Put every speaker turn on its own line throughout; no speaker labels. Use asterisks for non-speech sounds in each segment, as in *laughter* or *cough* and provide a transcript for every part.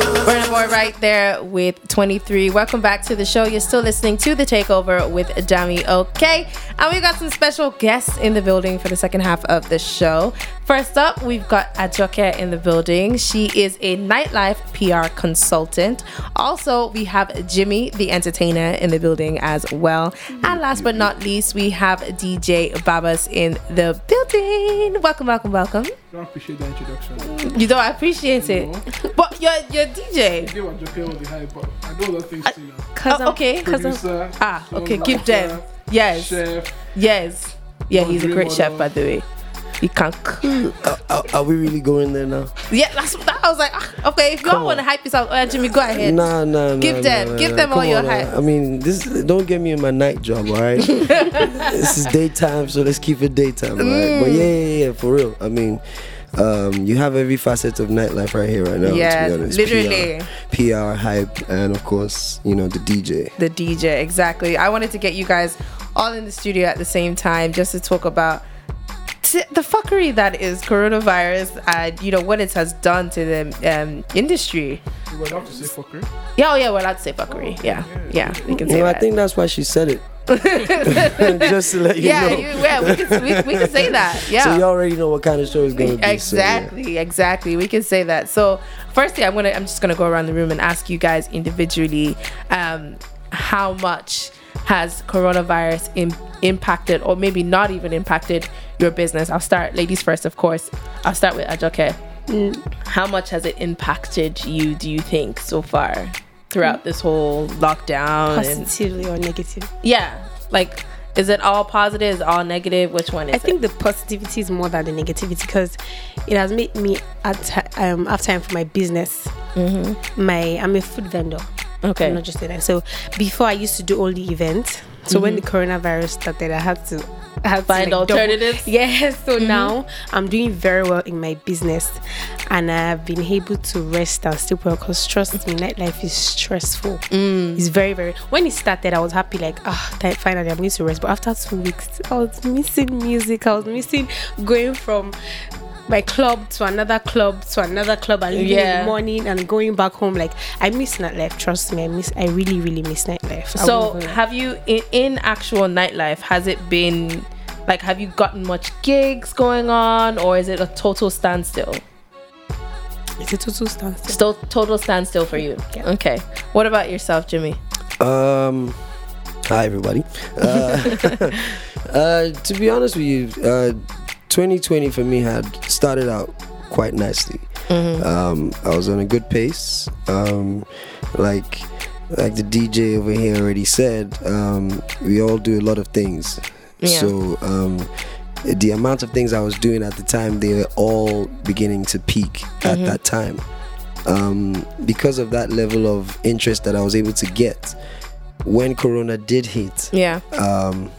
are right there with 23. Welcome back to the show. You're still listening to The Takeover with Dami OK. And we got some special guests in the building for the second half of the show. First up, we've got Ajoke in the building. She is a nightlife PR consultant. Also, we have Jimmy, the entertainer, in the building as well. And last but not least, we have DJ Babas in the building. Welcome, welcome, welcome.
I don't appreciate the introduction.
You don't appreciate it, but you're you're DJ.
Give up Joker all the hype, but I do other things too now.
Cause
Oh, okay. 'cause I'm-
Producer.
Ah,
songwriter,
okay. Keep them. Yes,
Chef.
yes, yeah. He's a
Laundry
great chef,
model.
by the way. He can cook.
Are, are- are we really going there now?
Yeah, that's that. I was like, ah, okay. If you all
Come
want to
on.
hype yourself, oh, Jimmy, go ahead.
Nah, nah, nah.
Give
nah,
them-
nah,
give
nah.
them all
Come
your
on,
hype.
I, I mean, this don't get me in my night job, all
*laughs*
right? this is daytime, so let's keep it daytime, all right? But yeah, yeah, yeah, for real. I mean, um, you have every facet of nightlife right here, right now.
Yes,
to be honest.
literally.
PR, PR hype, and of course, you know, the DJ.
the DJ. Exactly. I wanted to get you guys all in the studio at the same time just to talk about t- the fuckery that is coronavirus and you know what it has done to the um, industry.
You would have to say fucker.
Yeah, oh yeah, we're allowed to say fuckery. Yeah, yeah, we can
You
say
know, I
that.
think that's why she said
*laughs*
it. *laughs* Just to let you
yeah,
know.
you, yeah, we can, we, we can say that. Yeah.
*laughs* So you already know what kind of show it's going to be. so, yeah.
exactly exactly we can say that so firstly i'm gonna i'm just gonna go around the room and ask you guys individually um how much has coronavirus im- impacted or maybe not even impacted your business i'll start ladies first of course i'll start with ajoke
Mm.
how much has it impacted you do you think so far throughout this whole lockdown and
positively or negative?
yeah like is it all positive is it all negative which one is
I think the positivity is more than the negativity because it has made me at ti- um, have time for my business. My I'm a food vendor.
it? okay
I'm not just a that. So before I used to do all the events. So when the coronavirus started, I had to I had
Mm-hmm. Find
to like, double-
alternatives?
*laughs*
Mm-hmm.
Yes. So now I'm doing very well in my business, and I've been able to rest and sleep well. Cause trust me, nightlife is stressful.
Mm.
It's very very. When it started, I was happy like ah, ti- finally I'm going to rest. But after two weeks, I was missing music. I was missing going from. My club to another club to another club and leaving in
Yeah.
the morning and going back home like I miss nightlife. Trust me, I miss. I really really miss nightlife. I
So,
won't even lie.
have you in, in actual nightlife? Has it been like have you gotten much gigs going on, or is it a total standstill?
it's a total standstill.
Still total standstill for you.
Yeah.
Okay. What about yourself, Jimmy?
Um, hi everybody. Uh, *laughs* uh, to be honest with you, uh, 2020 for me had started out quite nicely.
Mm-hmm.
Um, I was on a good pace. Um, like like the DJ over here already said, um, we all do a lot of things.
Yeah.
So um, the amount of things I was doing at the time, they were all beginning to peak at
Mm-hmm.
that time. Um, because of that level of interest that I was able to get when Corona did hit,
Yeah.
um,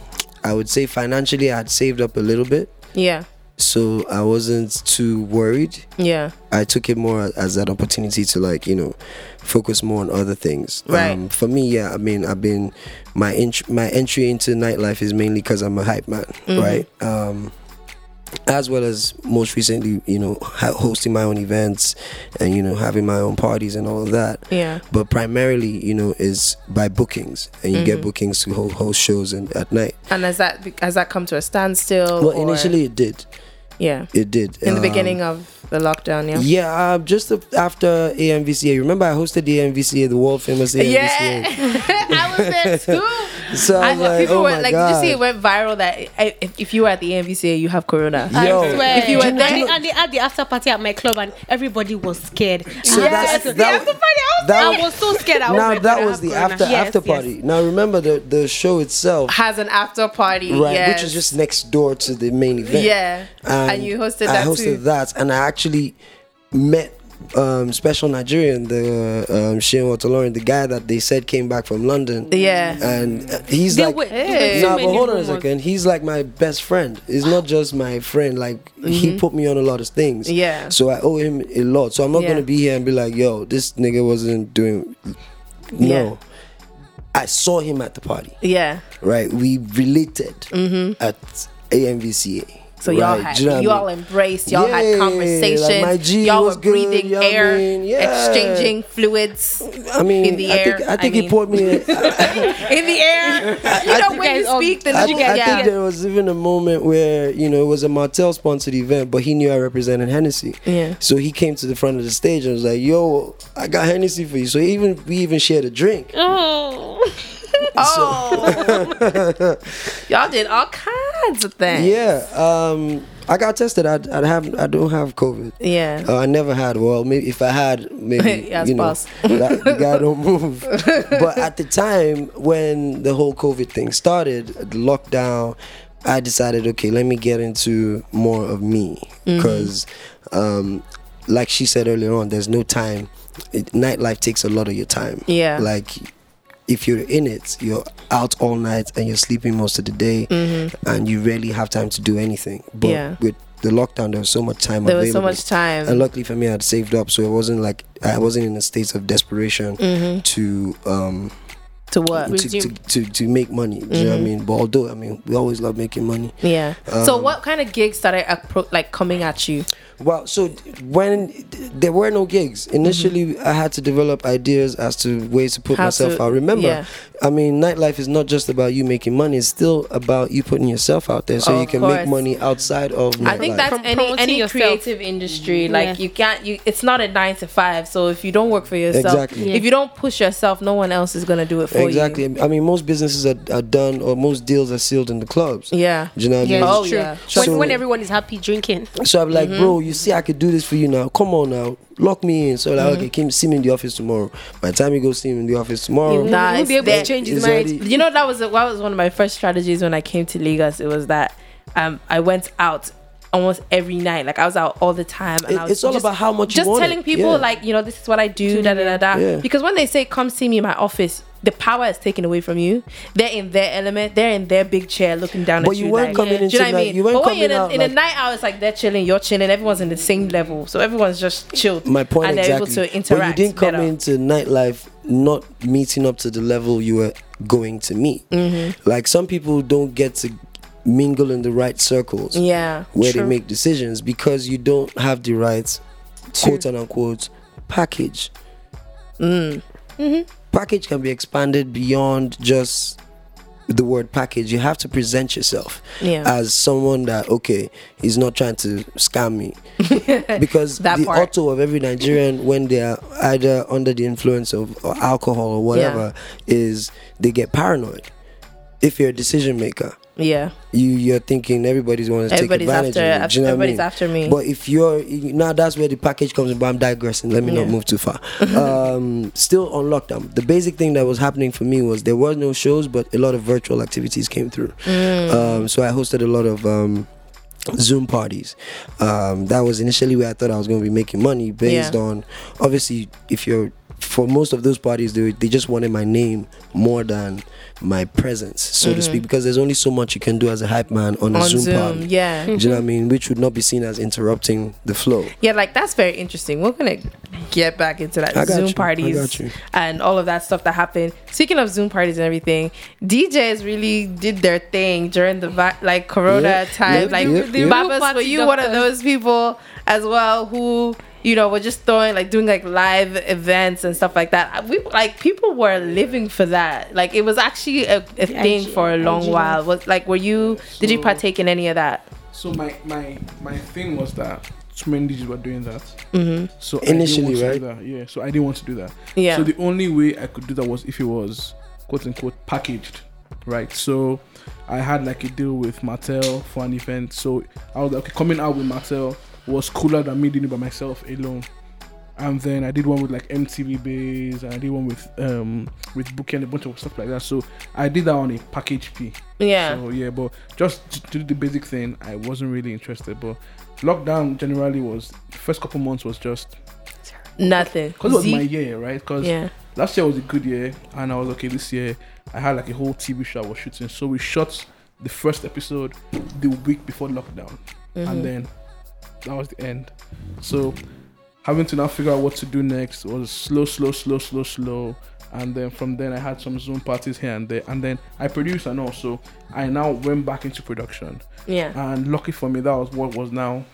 I would say financially I had saved up a little bit,
Yeah.
so I wasn't too worried.
Yeah.
I took it more as an opportunity to like you know focus more on other things. Um,
Right.
for me, yeah, I mean, I've been my int- my entry into nightlife is mainly because I'm a hype man,
Mm-hmm.
right? Um, as well as most recently, you know, ha- hosting my own events and you know having my own parties and all of that
Yeah.
but primarily you know is by bookings and you
Mm-hmm.
get bookings to ho- host shows and at night
And has that be- has that come to a standstill?
well
Oh, or-
initially it did
Yeah.
it did
In the
Um,
beginning of the lockdown. Yeah.
yeah, uh, just af- after AMVCA. Remember, I hosted the AMVCA, the world famous AMVCA.
Yeah,
*laughs*
*laughs* I was there too.
So I
I
was like,
people
oh
were
my
like,
god.
did you see it went viral that i- if, if you were at the AMVCA, you have corona.
Yeah. Yo,
I swear.
if you were
and,
there-
they, and they had the after party at my club, and everybody was scared. Ah,
So
And
that's-
after-
that
the
was-
after party, I was,
that
I
was-
was so scared. I was
now
like,
that
I
was
have
the
corona.
after
Yes,
after
yes.
party. Now remember the the show itself,
Has an after party,
right?
yes.
Which is just next door to the main event.
Yeah. And you hosted
I
that
hosted
too.
that, and I actually met um, Special Nigerian, the um, Shane Watalorin, the guy that they said came back from London.
Yeah.
and uh, he's
There
like,
were- there were so
nah,
many
but hold on a
rumors.
second. He's like my best friend. He's not just my friend. Like he put me on a lot of things.
Mm-hmm. Yeah.
So I owe him a lot. So I'm not
Yeah.
gonna be here and be like, yo, this nigga wasn't doing. No. I saw him at the party.
yeah.
Right. We related at AMVCA.
Mm-hmm. So y'all
Right,
had
do you know what I
you all
mean?
embrace, y'all
Yeah,
had
like,
conversations,
my G
y'all were
was good,
breathing
you know what I
air,
mean? Yeah.
exchanging fluids
I mean,
in the
I
air.
think, I think he
mean,
poured
*laughs*
me. a-
in the
*laughs*
air. You know
think
when you
guys all-
speak, the
I,
little
I think
yeah.
there was even a moment where you know it was a Martell sponsored event, but he knew I represented Hennessy.
Yeah.
So he came to the front of the stage and was like, "Yo, I got Hennessy for you." So even we even shared a drink.
Oh.
Oh,
*laughs*
y'all did all kinds of things.
Yeah. Um, I got tested. I, I have I don't have COVID.
yeah.
Uh, I never had. Well, maybe if I had,
*laughs*
maybe
Yes,
you know,
boss.
that, *laughs* the guy don't
*laughs*
move. but at the time when the whole COVID thing started, the lockdown, I decided, okay, let me get into more of me
Mm-hmm.
because, um, like she said earlier on, there's no time. It, nightlife takes a lot of your time.
Yeah.
like. If you're in it, you're out all night and you're sleeping most of the day,
Mm-hmm.
and you rarely have time to do anything. But
Yeah.
with the lockdown, there was so much time
there was so
available.
much time.
And luckily for me, I'd saved up, so it wasn't like I wasn't in a state of desperation to um
Mm-hmm. to what? Mm-hmm.
to, to,
Resume.
to to make money. Do you know what I mean? But although I mean, we always love making money.
Yeah. so
um,
what kind of gigs started appro- like coming at you?
Well, so when there were no gigs
Mm-hmm.
initially, I had to develop ideas as to ways to put
How
myself
to-
out. Remember,
yeah.
I mean, nightlife is not just about you making money; it's still about you putting yourself out there so
Of
you can
course.
make money outside of. Nightlife.
I think that's
From
any
promoting
any
yourself.
creative industry. Like
Yeah.
you can't you it's not a nine to five. So if you don't work for yourself,
Exactly.
Yeah.
if you don't push yourself, no one else is gonna do it for
exactly. I mean, most businesses are, are done, or most deals are sealed in the clubs.
you. Yeah.
Do you know what I mean?
Yeah,
Oh,
it's true.
yeah.
So-
When, when everyone is happy drinking.
So I'm
Mm-hmm.
like, bro, you see, I could do this for you now. Come on now, lock me in. So like,
Mm-hmm.
okay, come see me in the office tomorrow. By the time you go see him in the office tomorrow,
You- Nah,
Nah,
it's
be able to
that-
change his
it's
mind.
already-
You know that was that was one of my first strategies when I came to Lagos. It was that um I went out almost every night. Like I was out all the time. And
It-
I was
it's all
just-
about how much. you
just
want
telling
it.
people
Yeah.
like you know this is what I do da da da da
Yeah.
because when they say come see me in my office the power is taken away from you they're in their element they're in their big chair looking down
But
at you
you weren't
like,
coming
do you
into
know what I
night-
mean
you weren't
but when you're in,
coming out
a, in a
like-
night hour it's like they're chilling you're chilling everyone's in the same level so everyone's just chilled
my point
and they're
exactly.
able to interact
but you didn't come
better.
into nightlife not meeting up to the level you were going to meet.
Mm-hmm.
Like some people don't get to mingle in the right circles.
yeah
where
True.
they make decisions because you don't have the right quote and unquote package.
Mm-hmm.
Package can be expanded beyond just the word package. You have to present yourself
yeah
as someone that okay, he's not trying to scam
*laughs*
me. because
That
the
part.
auto of every Nigerian when they are either under the influence of or alcohol or whatever is they get paranoid. If you're a decision maker
yeah
you you're thinking everybody's going to take
everybody's
advantage
after
of you. Do you know what I
everybody's
mean?
after me
But if you're you- now, that's where the package comes. in, But I'm digressing. Let me
Yeah.
not move too
*laughs*
far. um, still on lockdown. The basic thing that was happening for me was there were no shows, but a lot of virtual activities came through.
Mm.
Um, so I hosted a lot of. Um, Zoom parties. Um, that was initially where I thought I was going to be making money based
Yeah.
on obviously if you're for most of those parties they, they just wanted my name more than my presence so to speak because there's only so much you can do as a hype man on a
Mm-hmm. on
Zoom,
Zoom
party.
yeah
Do you know what I mean? Which would not be seen as interrupting the flow.
Yeah, like that's very interesting. We're gonna get back into that
I got
Zoom
you. I
parties
got you.
and all of that stuff that happened. Speaking of Zoom parties and everything, DJs really did their thing during the va- like Corona
Yeah,
time.
yeah,
like
yeah, yeah.
Babas,
Party
were you one of
doctors.
those people as well who you know were just throwing like doing like live events and stuff like that? We like people were living for that. Like it was actually a, a thing
IG
for a long
live.
while. Was like were you? Did you
So-
partake in any of that?
So my my my thing was that too many DJs were doing that.
Mm-hmm.
So
Initially,
I didn't want
right?
To do that. Yeah. So I didn't want to do that.
Yeah.
So the only way I could do that was if it was quote unquote packaged, right? So I had like a deal with Mattel for an event. So I was like, okay, coming out with Mattel was cooler than me doing it by myself alone. And then I did one with like MTV Base, and I did one with um with Bookie and a bunch of stuff like that. So I did that on a package P.
yeah.
So yeah, but just to- to do the basic thing, I wasn't really interested. But lockdown generally was first couple months was just
Nothing.
because it was
Z-
my year, right? Because
yeah.
last year was a good year, and I was okay. This year, I had like a whole TV show I was shooting, so we shot the first episode the week before lockdown,
Mm-hmm.
and then that was the end. So having to now figure out what to do next was slow, slow, slow, slow, slow. and then from then I had some Zoom parties here and there, and then I produced and also I now went back into production.
Yeah.
And lucky for me, that was what was now.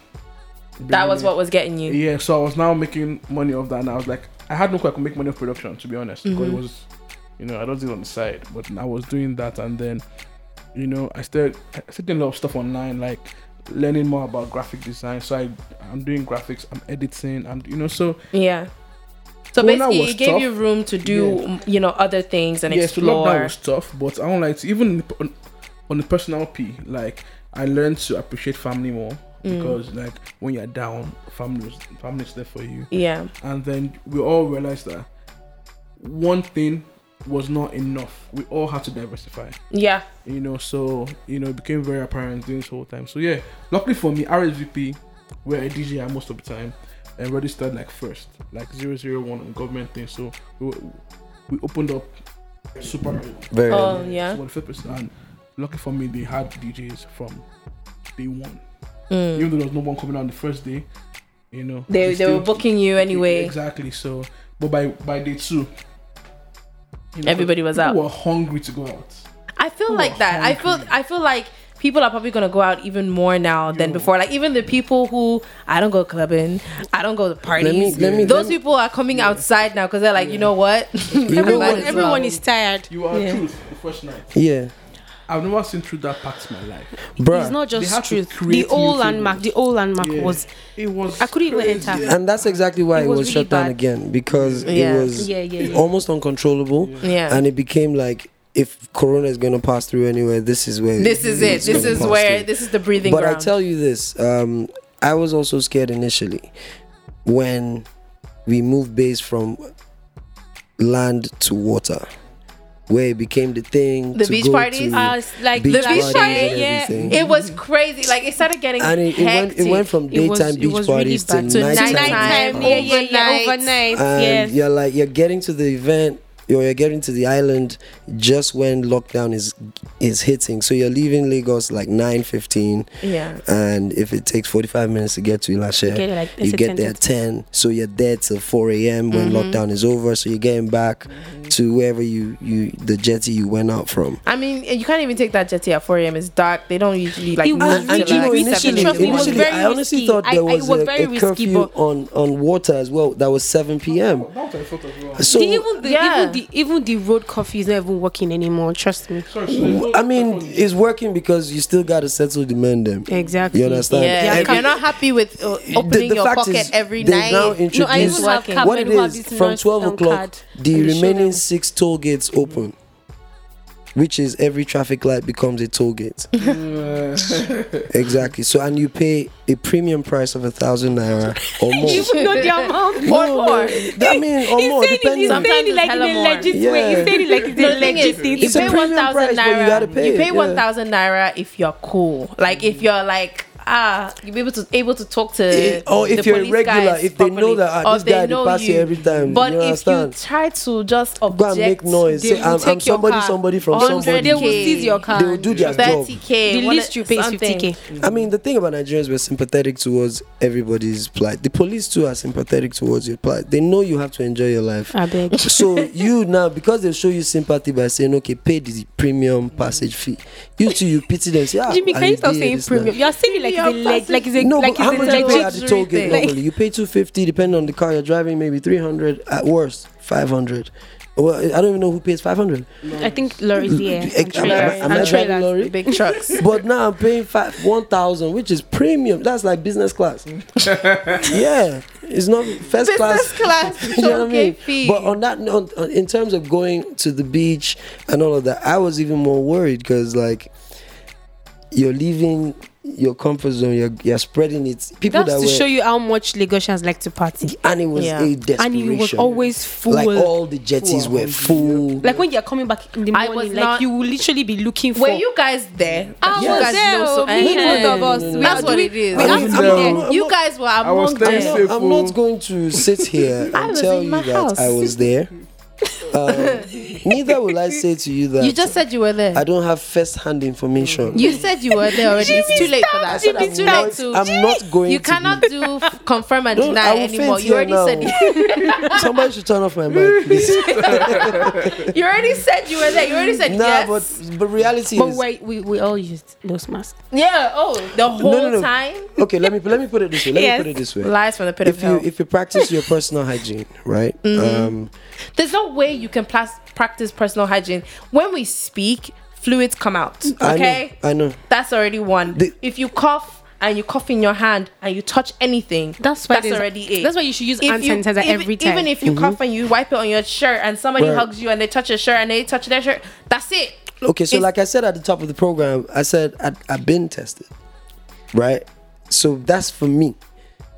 That was
bringing
what was getting
me-
you.
Yeah, so I was now making money off that, and I was like, I had no clue I could make money off production, to be honest, because it was, you know, I don't do it on the side, but I was doing that, and then, you know, I started, I started doing a lot of stuff online, like learning more about graphic design. So I, I'm doing graphics, I'm editing, I'm, you know, so
Yeah. So
Corona
basically,
was
it gave
tough.
you room to do,
Yeah.
m- you know, other things and
yes,
explore.
lockdown was tough, but I don't like to, even on, on the personal P, like I learned to appreciate family more because like when you're down, family was, family's there for you,
yeah.
and then we all realized that one thing was not enough. We all had to diversify,
Yeah.
you know. So you know, it became very apparent during this whole time. So yeah, luckily for me, RSVP were a DJ most of the time. And registered like first, like 001 on government thing. So we, we opened up super
Very
Oh,
early.
yeah.
so what the flip is, and lucky for me, they had DJs from day one.
Mm.
Even though there was no one coming on the first day, you know.
They, they
still-
were booking you anyway.
Exactly. So, but by by day two, you know,
Everybody was
people
out.
Were hungry to go out.
I feel
People
like
are
that. I feel
hungry.
I feel like people are probably gonna go out even more now than
Yo.
before. Like even the people who I don't go clubbing, I don't go to parties.
Let me- let me-
Those
let me-
people are coming outside now because they're like, you know what? *laughs*
know
Everyone,
what?
Everybody-
everyone is tired.
You are
Yeah.
truth the first night.
Yeah.
I've never seen truth that packed my life.
Bruh.
It's not
They had
just
to
truth.
create
The
new
old landmark, the
things.
old landmark
Yeah.
was.
It was.
I couldn't even
crazy.
enter.
and that's exactly why
It
it
was
was,
really
shut down
bad.
again because
Yeah.
it was
Yeah, yeah, yeah.
almost uncontrollable
yeah.
and it became like if corona is going to pass through anywhere this is where
This is it.
it's
This
gonna
is
pass
where
through.
this is the breathing
but
ground.
i tell you this um, i was also scared initially when we moved base from land to water where it became the thing
The
to
beach
go
parties? Ah,
to
Uh, like
Beach
the
parties
beach
and
party,
yeah.
everything.
it was crazy. Like it started getting
and it, it went
hectic.
it went from
It
daytime
was- it
beach
was really
parties
bad.
to
To
nighttime,
nighttime,
Nighttime,
parties.
yeah, yeah, yeah,
Overnight.
overnight,
and
yes.
you're like you're getting to the event or you're getting to the island just when lockdown is is hitting so you're leaving lagos like 9.15
yeah.
and if it takes 45 minutes to get to Ilashe,
Get it, like,
you
it's a Mm-hmm.
get there
10.
at 10 so you're there till 4 a.m when lockdown is over so you're getting back
Mm-hmm.
to wherever you you the jetty you went out from
I mean, you can't even take that jetty at 4 a.m. It's dark. They don't usually like
It
move
was
till,
really
like, seven
risky.
in
initially,
the
Trust me, it
morning.
was
initially
very
I honestly
risky.
thought
I-
there
I- it
was,
was
a,
very
a
risky,
curfew
but-
on, on water as well that was 7 p.m.
That was I thought as well.
So
the, even the
Yeah.
even the even the road coffee is not even working anymore. Trust me.
Sorry, so there's no-
I mean, it's working because you still got to settle the men them.
Exactly.
You understand?
Yeah,
Yeah,
if
come-
you're not happy with uh, opening your
fact
pocket
is
every
they
night,
Now
No, I
introduced
even have
Working.
cab
what
men
it
who have
is
this
from
nice
12
um,
o'clock.
card.
The
And they show
remaining
them.
six toll gates open, which is every traffic light becomes a toll gate. exactly. So and you pay a premium price of a thousand naira
*laughs*
or more.
even know the amount
*laughs* No,
or
no,
more.
I
*laughs*
mean, or
He's
more,
saying it-
depending
he's
on.
saying it like
Sometimes it's
in a
hella
legit
more.
way. He's
Yeah.
saying it like
*laughs*
it's
No,
a
the thing
legit
is,
thing.
you
It's a
pay
premium
one thousand
price, but you
naira.
gotta
You,
pay it,
pay
yeah.
one thousand naira if you're cool. Like if you're like ah, you be able to able to talk to.
Eh, or if
the
you're a
police
regular,
guys
if they know
properly,
that ah,
or
this
they
guy
know
they pass
you.
here every time,
But
you
if you
understand?
try to just object,
Go and make noise.
they
Say,
will
I'm, I'm
take your
somebody,
car.
somebody from somebody.
100K.
They will seize your car.
They will do their job.
Thirty k.
The least you pay is 50k.
I mean, the thing about Nigerians, we're sympathetic towards everybody's plight. The police too are sympathetic towards your plight. They know you have to enjoy your life. *laughs*
I beg.
*laughs*
so you now, because they show you sympathy by saying, "Okay, pay the premium passage fee," you too, you pity them. Say, ah,
Jimmy,
I
can you stop
did
saying
this now."
premium? You're saying it like it's a
Premium
leg, like it's a
No,
like
but how much
it's
do
a
you pay at the
legit.
toll gate
thing.
normally? You pay two fifty, depending on the car you're driving, maybe three hundred at worst, five hundred. Well, I don't even know who pays five hundred.
I think Laurie's here.
Am I- am I
And
driving
trailers.
lorry? *laughs*
Big trucks.
but now I'm paying five one thousand, which is premium. That's like business class. yeah, it's not first
Business
class. *laughs*
class.
you know what I mean?
Fee.
But on that, on, on, in terms of going to the beach and all of that, I was even more worried because like you're leaving your comfort zone, you're, you're spreading it. People
That's
that
to
were,
show you how much Lagosians like to party.
and it was
Yeah.
a
And
desperation.
it was always full.
like oh. all the jetties
Full.
were full.
Like when you're coming back in the
I
morning,
was
like
not-
you will literally be looking for.
Were you guys there?
I
You
was
guys
there,
know so-
me and
Yeah.
both of us.
No, no,
We
no,
That's
are
what
doing-
it is.
we
I
are
wasn't
doing
there.
it.
I'm
You
not-
guys were
I was
among
staying
them.
safe.
I'm not, I'm not
fool.
going to sit here
*laughs* I
and
was
tell
in
you
my
that I
house.
was there. Um,
*laughs*
Neither will I say to you that
You just said you were there.
I don't have first-hand information.
You said you were there already. it's too late for that.
Jimmy,
it's too
stop.
late to.
I'm not going
You
to
cannot do f- confirm and
Don't- I
deny
will
anymore.
faint
You
here
already
now. *laughs*
said
Somebody should turn off my mic, please.
*laughs* you already said you were there. You already said
nah,
yes.
but but reality
But
is
wait, we, we all used those masks.
yeah. Oh, the whole
no, no.
time.
okay. Let me let me put it this way. Let
Yes.
me put it this way.
Lies from the Mm-hmm. pit of
If you
hell.
if you practice your personal hygiene, right? Um,
There's no way you can plas- practice personal hygiene when we speak. Fluids come out. Okay.
I know. I know.
That's already one.
The-
if you cough and you cough in your hand and you touch anything,
That's why
that's
there's-
already it.
that's why you should use hand
you-
sanitizer
even-
every time.
Even if you cough and you wipe it on your shirt and somebody
Mm-hmm. Right.
hugs you and they touch your shirt and they touch their shirt, that's it.
Okay, so
It's-
like I said at the top of the program, I said I, I've been tested, right? So that's for me,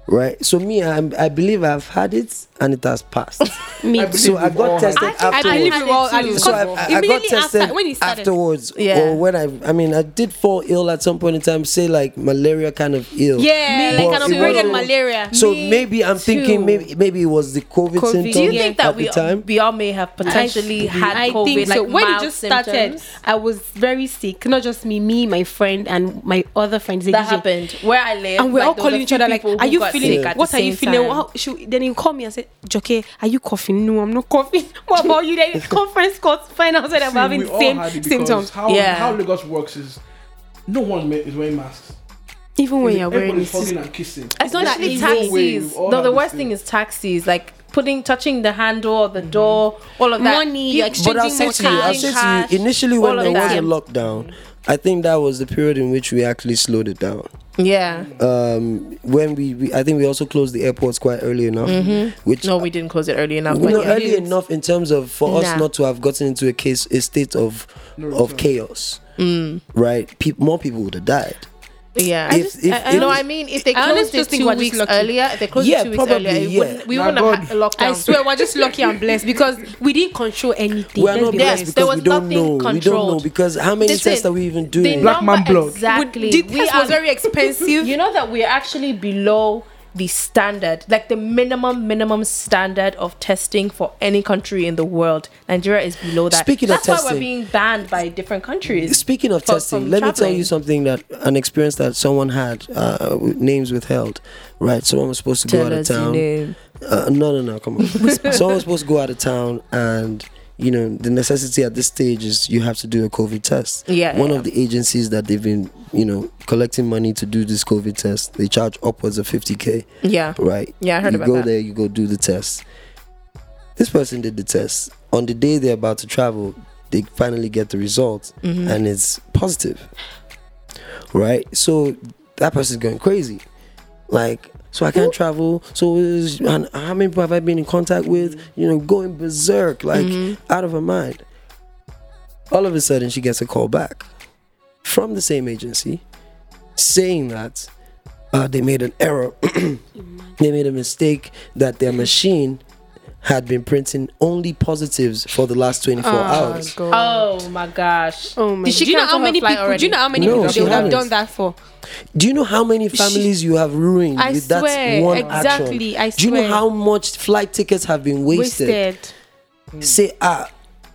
right? So me, I, I believe I've had it and it has passed.
*laughs*
Me
I
too.
believe
so I
we've all
got
had
tested
it.
I
afterwards.
believe we all. I
Afterwards.
believe-
so I,
because
I- I got
immediately
tested
after when he started.
afterwards,
Yeah.
or when I, I mean, I did fall ill at some point in time. Say like malaria kind of ill.
Yeah,
But
like an
it
upgraded
wasn't-
malaria.
So
Me
maybe I'm
too.
thinking maybe maybe it was the COVID,
COVID.
symptom
Do you
Yeah.
think that
um, at
we,
the time.
we all may have potentially had
I
COVID?
think so.
like
when it
mild
just started,
symptoms?
I was very sick. Not just me, me, my friend, and my other friends. the
that
DJ.
happened where I live,
And we're
like,
all
there was
calling
a
each
few
other like,
people
"Are
who
you
got
feeling?
sick at
What
the
are you
same
feeling?
time.
How, she, then he call me and said, "Joke, are you coughing? No, I'm not coughing. *laughs* What about you? Then conference call, find out that I'm
See,
having
we
the
all had
same
it because
symptoms.
How,
Yeah.
how Lagos works is no one ma- is wearing masks.
Even when you're wearing
Everybody's
this,
hugging and kissing.
especially
It's not that easy.
taxis.
We've all
No,
had
the
this
worst
thing.
thing is taxis. Like putting, touching the handle or the door, all of that.
Mm-hmm. Money,
People-
exchange
But I'll
Changing
say
more
to you, I'll
time,
say
cash,
to you, initially
all
when
of
there was
that.
a lockdown, I think that was the period in which we actually slowed it down.
Yeah.
Um, when we, we, I think we also closed the airports quite early enough, which
Mm-hmm. No, we didn't close it early enough.
you
But
know,
yeah.
early enough in terms of for
Nah.
us not to have gotten into a case a state of of chaos,
Mm.
right? Peop more people would have died.
yeah.
if- if-
I, I
if-
know. I mean, if they
I
closed
honestly
it
think
two
we're just
weeks
lucky.
earlier, if they closed
Yeah,
it two weeks
probably,
earlier, it
yeah.
wouldn't, we
Nah,
wouldn't
God.
have had a lockdown.
I swear we're just lucky and blessed because we didn't control anything.
We are
Let's
not
be
Yes,
blessed
there
because
was
we don't
nothing
know. We don't know
controlled.
because how many
Listen,
tests are we even
the
doing?
Black man
number-
blood.
Exactly.
The test
are-
was very
*laughs*
expensive.
You know that we're actually below the standard, like the minimum minimum standard of testing for any country in the world. Nigeria is below that.
Speaking of
That's why we're
testing-
being banned by different countries.
Speaking of
For-
testing,
from
let me tell
traveling.
you something that an experience that someone had, uh, with names withheld, right? Someone was supposed to go out of town. Uh, no, no, no,
*laughs*
come on. someone was supposed to go out of town, and you know the necessity at this stage is you have to do a COVID test.
Yeah,
One
yeah.
of the agencies that they've been, you know, collecting money to do this COVID test, they charge upwards of fifty k,
Yeah.
right?
Yeah, I heard
you
about
go
that.
there, you go do the test. This person did the test. On the day they're about to travel, they finally get the result
Mm-hmm.
and it's positive. Right? So that person's going crazy. Like, so I can't travel. So is- and how many people have I been in contact with? You know, going berserk, like
Mm-hmm.
out of her mind. All of a sudden, she gets a call back from the same agency saying that uh, they made an error. *clears throat* they made a mistake that their machine had been printing only positives for the last 24
Ah.
hours.
Oh my gosh.
Oh my
Did she
do you know
cancel
how
her
many
flight
people? Do you
already?
know how many
No,
people
she
they would have
hadn't.
done that for?
Do you know how many families you have ruined
I
with
swear,
that one
exactly,
action?
I
Do you know
swear.
how much flight tickets have been wasted?
Wasted.
Say, ah,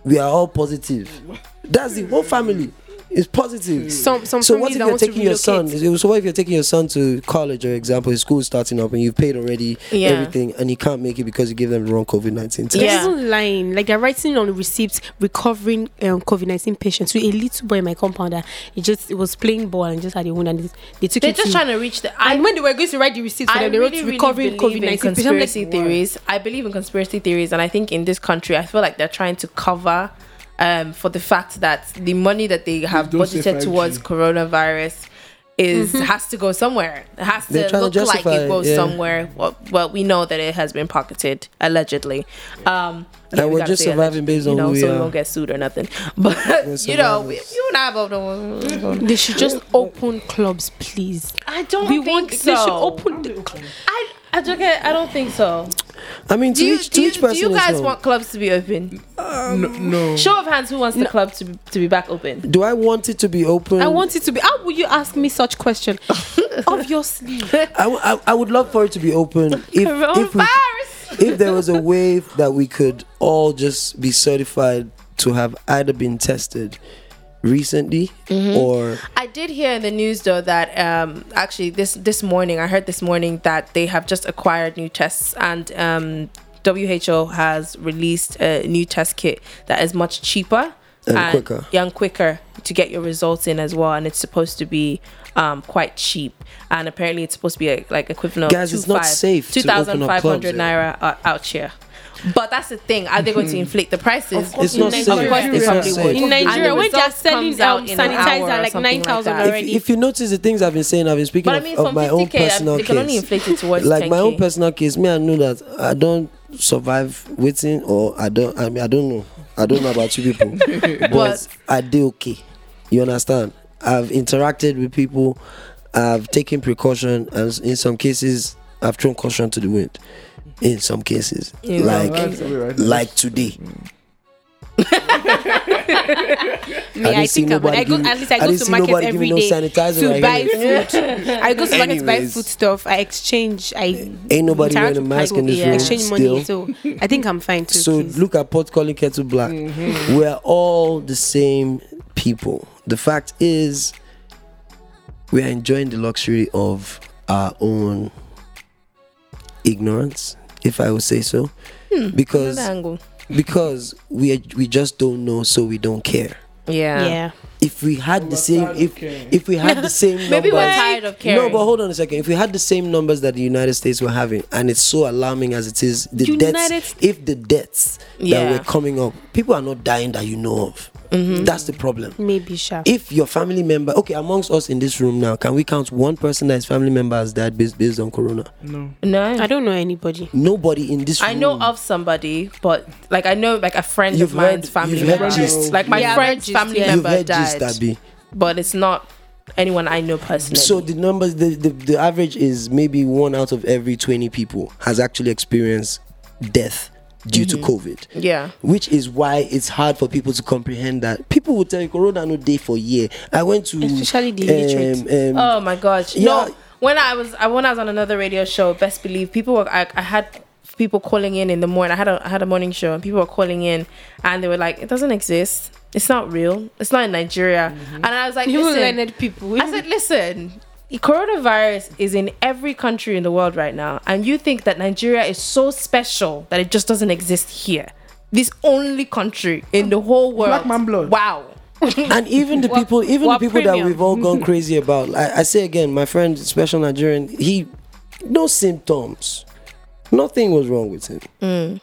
we are all positive. That's the whole family is positive.
Some some
so what if
families that
you're
want to
taking your son?
relocate.
So what if you're taking your son to college, or example, his school is starting up, and you've paid already
Yeah.
everything, and he can't make it because you gave them the wrong COVID nineteen test?
Yeah.
They're even lying. Like they're writing on receipts, recovering um, COVID nineteen patients. So a little boy in my compound, that he just it was playing ball and just had a wound, and they took
They're
it.
just
to,
trying to reach the. I
and when they were going to write the receipts for
I
them, they
really,
wrote
really
recovering
believe
COVID
in
nineteen patients. I'm like,
conspiracy theories. I believe in conspiracy theories, and I think in this country, I feel like they're trying to cover um, for the fact that the money that they have
don't say
budgeted
5G.
towards coronavirus is has to go somewhere. It has
They're
to
trying to
look like
justify
it
it,
goes
yeah.
somewhere. Well, well, we know that it has been pocketed allegedly. Um, yeah,
And
we
we're
gotta
just
say
surviving based
you
on
know,
who we
so we
are.
won't get sued or nothing. *laughs* But you know, we,
survivors.
you and I both don't. want-
They
*laughs*
should just open clubs, please.
I don't
we
think
want.
so.
They should open. The cl-
I, I, don't get- I don't think so.
I mean, to
do you,
each to
do, you,
each person
do you
his
guys
own.
want clubs to be open?
Uh,
No, no.
Show of hands, who wants the club to be, to be back open?
Do I want it to be open?
I want it to be. How would you ask me
*laughs*
such question? Obviously,
I, w- I, I would love for it to be
*laughs*
open if if, we,
Coronavirus.
if there was a way that we could all just be certified to have either been tested recently
Mm-hmm.
or
I did hear in the news though that um, actually this this morning I heard this morning that they have just acquired new tests and um, WHO has released a new test kit that is much cheaper
And quicker.
yeah, and quicker to get your results in as well, and it's supposed to be um, quite cheap. And apparently, it's supposed to be a, like equivalent
Guys,
of
it's not safe to
two
open up
thousand five hundred
clubs,
naira uh, out here. But that's the thing. Are they going
*laughs*
to inflate the prices?
It's not
Of
safe.
course they
It's not
probably
safe.
would.
In
And the
Nigeria, when they're
results
selling
comes out
um,
in an hour or
sanitizer like
something like
9,000
that.
if,
already.
if you notice the things I've been saying, I've been speaking
But I
of,
mean,
of
from
my
50k,
own personal
they can only
case.
inflate it towards
Like my own
10K.
personal case, me, I know that I don't survive waiting, or I don't. I mean, I don't know. I don't know about you
*laughs*
people,
But-
but I do okay. You understand? I've interacted with people. I've taken precaution, and in some cases, I've thrown caution to the wind. In some cases,
In some
like
cases.
like today.
Me, I, think about I go at least I, go
didn't
to
see
market
nobody
every
giving
day
no sanitizer
to
right
buy
here. *laughs*
food. I go to market to buy
Anyways.
food stuff. I exchange. I
Ain't nobody wearing
interact
a
with
mask
people,
in this
yeah.
room.
exchange money.
still.
So I think I'm fine too.
So
please.
look at pot calling kettle black.
Mm-hmm.
We're all the same people. The fact is, we are enjoying the luxury of our own ignorance, if I would say so, because
Hmm. Another angle.
because we are- we just don't know, so we don't care.
Yeah.
yeah.
If we had the same,
tired of
if
caring.
if we had the same
*laughs* Maybe we're
numbers-
tired of caring.
No, but hold on a second. If we had the same numbers that the United States were having, and it's so alarming as it is, the
United
deaths, if the deaths
Yeah. Mm-hmm.
that were coming up, people are not dying that you know of. That's the problem.
Maybe sure.
If your family member, okay, amongst us in this room now, can we count one person that his family member has died based, based on corona?
No.
no.
I don't know anybody.
Nobody in this room.
I know of somebody, but like I know like a friend
You've
of mine's
heard-
family
you've heard
member.
gist.
Like my
Yeah,
friend's
I've heard
family
gist, yeah.
You've
member
heard this,
died,
Tabi.
but it's not anyone I know personally.
So the numbers, the, the, the average is maybe one out of every 20 people has actually experienced death due to COVID.
yeah,
which is why it's hard for people to comprehend that people will tell you corona no day for year i went to
Especially the illiterate.
um,
Oh my gosh!
Yeah.
No, when I was I, when I was on another radio show, best believe people were I, I had people calling in in the morning. I had a I had a morning show and people were calling in and they were like, "It doesn't exist. It's not real. It's not in Nigeria."
Mm-hmm.
And I was like,
You
"Listen,
learned people.
I said, listen, coronavirus is in every country in the world right now, and you think that Nigeria is so special that it just doesn't exist here. This only country in the whole world.
Black man blood.
Wow.
*laughs* and even the people even
what
the people that
premium?
we've all
*laughs*
gone crazy about I, I say again my friend special nigerian he no symptoms nothing was wrong with him
Mm.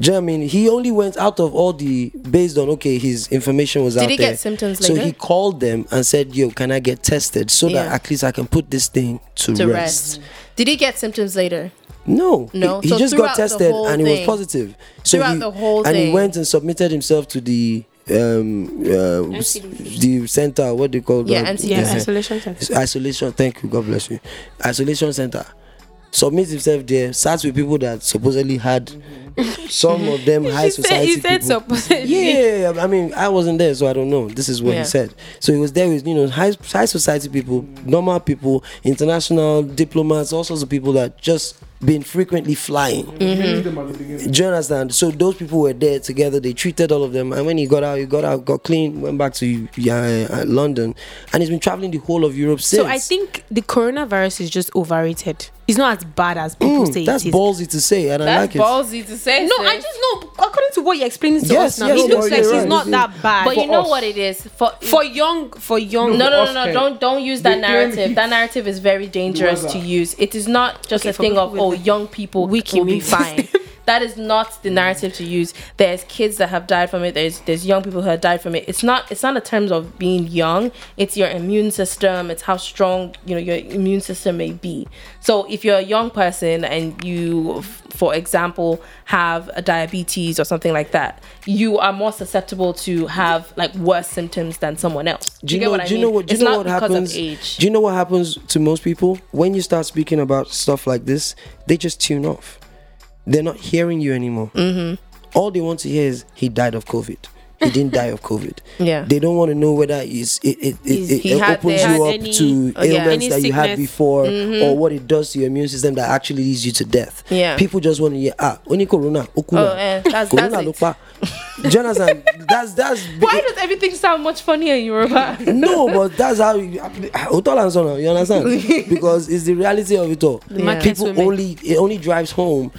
Do you know what I mean? He only went out of all the based on okay, his information was out
he
there.
get symptoms
So
later?
he called them and said, "Yo, can I get tested so
Yeah.
that at least I can put this thing to,
To
rest.
rest. Did he get symptoms later?
No,
No?
He,
So
he just got
throughout the
tested
whole
and he
thing.
was positive. So
Throughout
he,
the whole
and
thing.
he went and submitted himself to the um uh, s- the center. What do you call
Yeah,
that?
NCDC.
yeah,
Uh-huh.
isolation center.
It's isolation. Thank you. God bless you. Isolation center. Submit himself there. Starts with people that supposedly had some of them high
She said,
society
Mm-hmm. *laughs* he said
people.
supposedly.
Yeah, I mean, I wasn't there, so I don't know. This is what
Yeah.
he said. So he was there with you know high high society people, normal people, international diplomats, all sorts of people that just been frequently flying.
Mm-hmm.
Maybe them at the beginning.
Do you understand? So those people were there together. They treated all of them, and when he got out, he got out, got clean, went back to yeah, uh, London, and he's been traveling the whole of Europe since.
So I think the coronavirus is just overrated. It's not as bad as people say
Mm, that's
it is. Eh,
ballsy to say, and I
That's
like it.
ballsy to say.
no,
sis.
I just know according to what you're explaining to
Yes,
us now,
yes,
it
no,
looks
you're
like it's
right.
not that bad.
But you
For
know
us.
what it is for
for young for young
No, no, no,
us
no!
here.
Don't don't use that
The claim
narrative.
is-
That narrative is very dangerous
weather.
to use. It is not just
Okay,
a
for
thing
people
of
with
oh,
the
young people
weak
will be
immune *laughs*
fine. that is not the narrative to use. There's kids that have died from it. There's there's young people who have died from it. It's not it's not in terms of being young. It's your immune system. It's how strong you know your immune system may be. So if you're a young person and you, f- for example, have a diabetes or something like that, you are more susceptible to have like worse symptoms than someone else.
Do you,
get
know?
what I
do you
mean?
know what? Do you
It's
know
not
what
because
happens?
Of age.
Do you know what happens to most people when you start speaking about stuff like this? They just tune off. They're not hearing you anymore.
Mm-hmm.
All they want to hear is he died of COVID. He didn't die of COVID.
*laughs* Yeah.
They don't want to know whether it's, it it,
Is-
it, it,
he
it
had
opens
the-
you up
had any-
to
oh, yeah. Mm-hmm.
ailments
Any
that you had
sickness.
before or what it does to your immune system that actually leads you to death.
Yeah.
People just want to hear ah, only corona, okuna,
Oh, eh, that's- that's
corona
it.
lupa.
*laughs*
Jonathan, that's that's
Why does everything sound much funnier in Yoruba?
*laughs* no, but that's how Ah, you Otola and Sona, you understand? because it's the reality of it all.
Yeah. markets
People
will make-
only it only drives home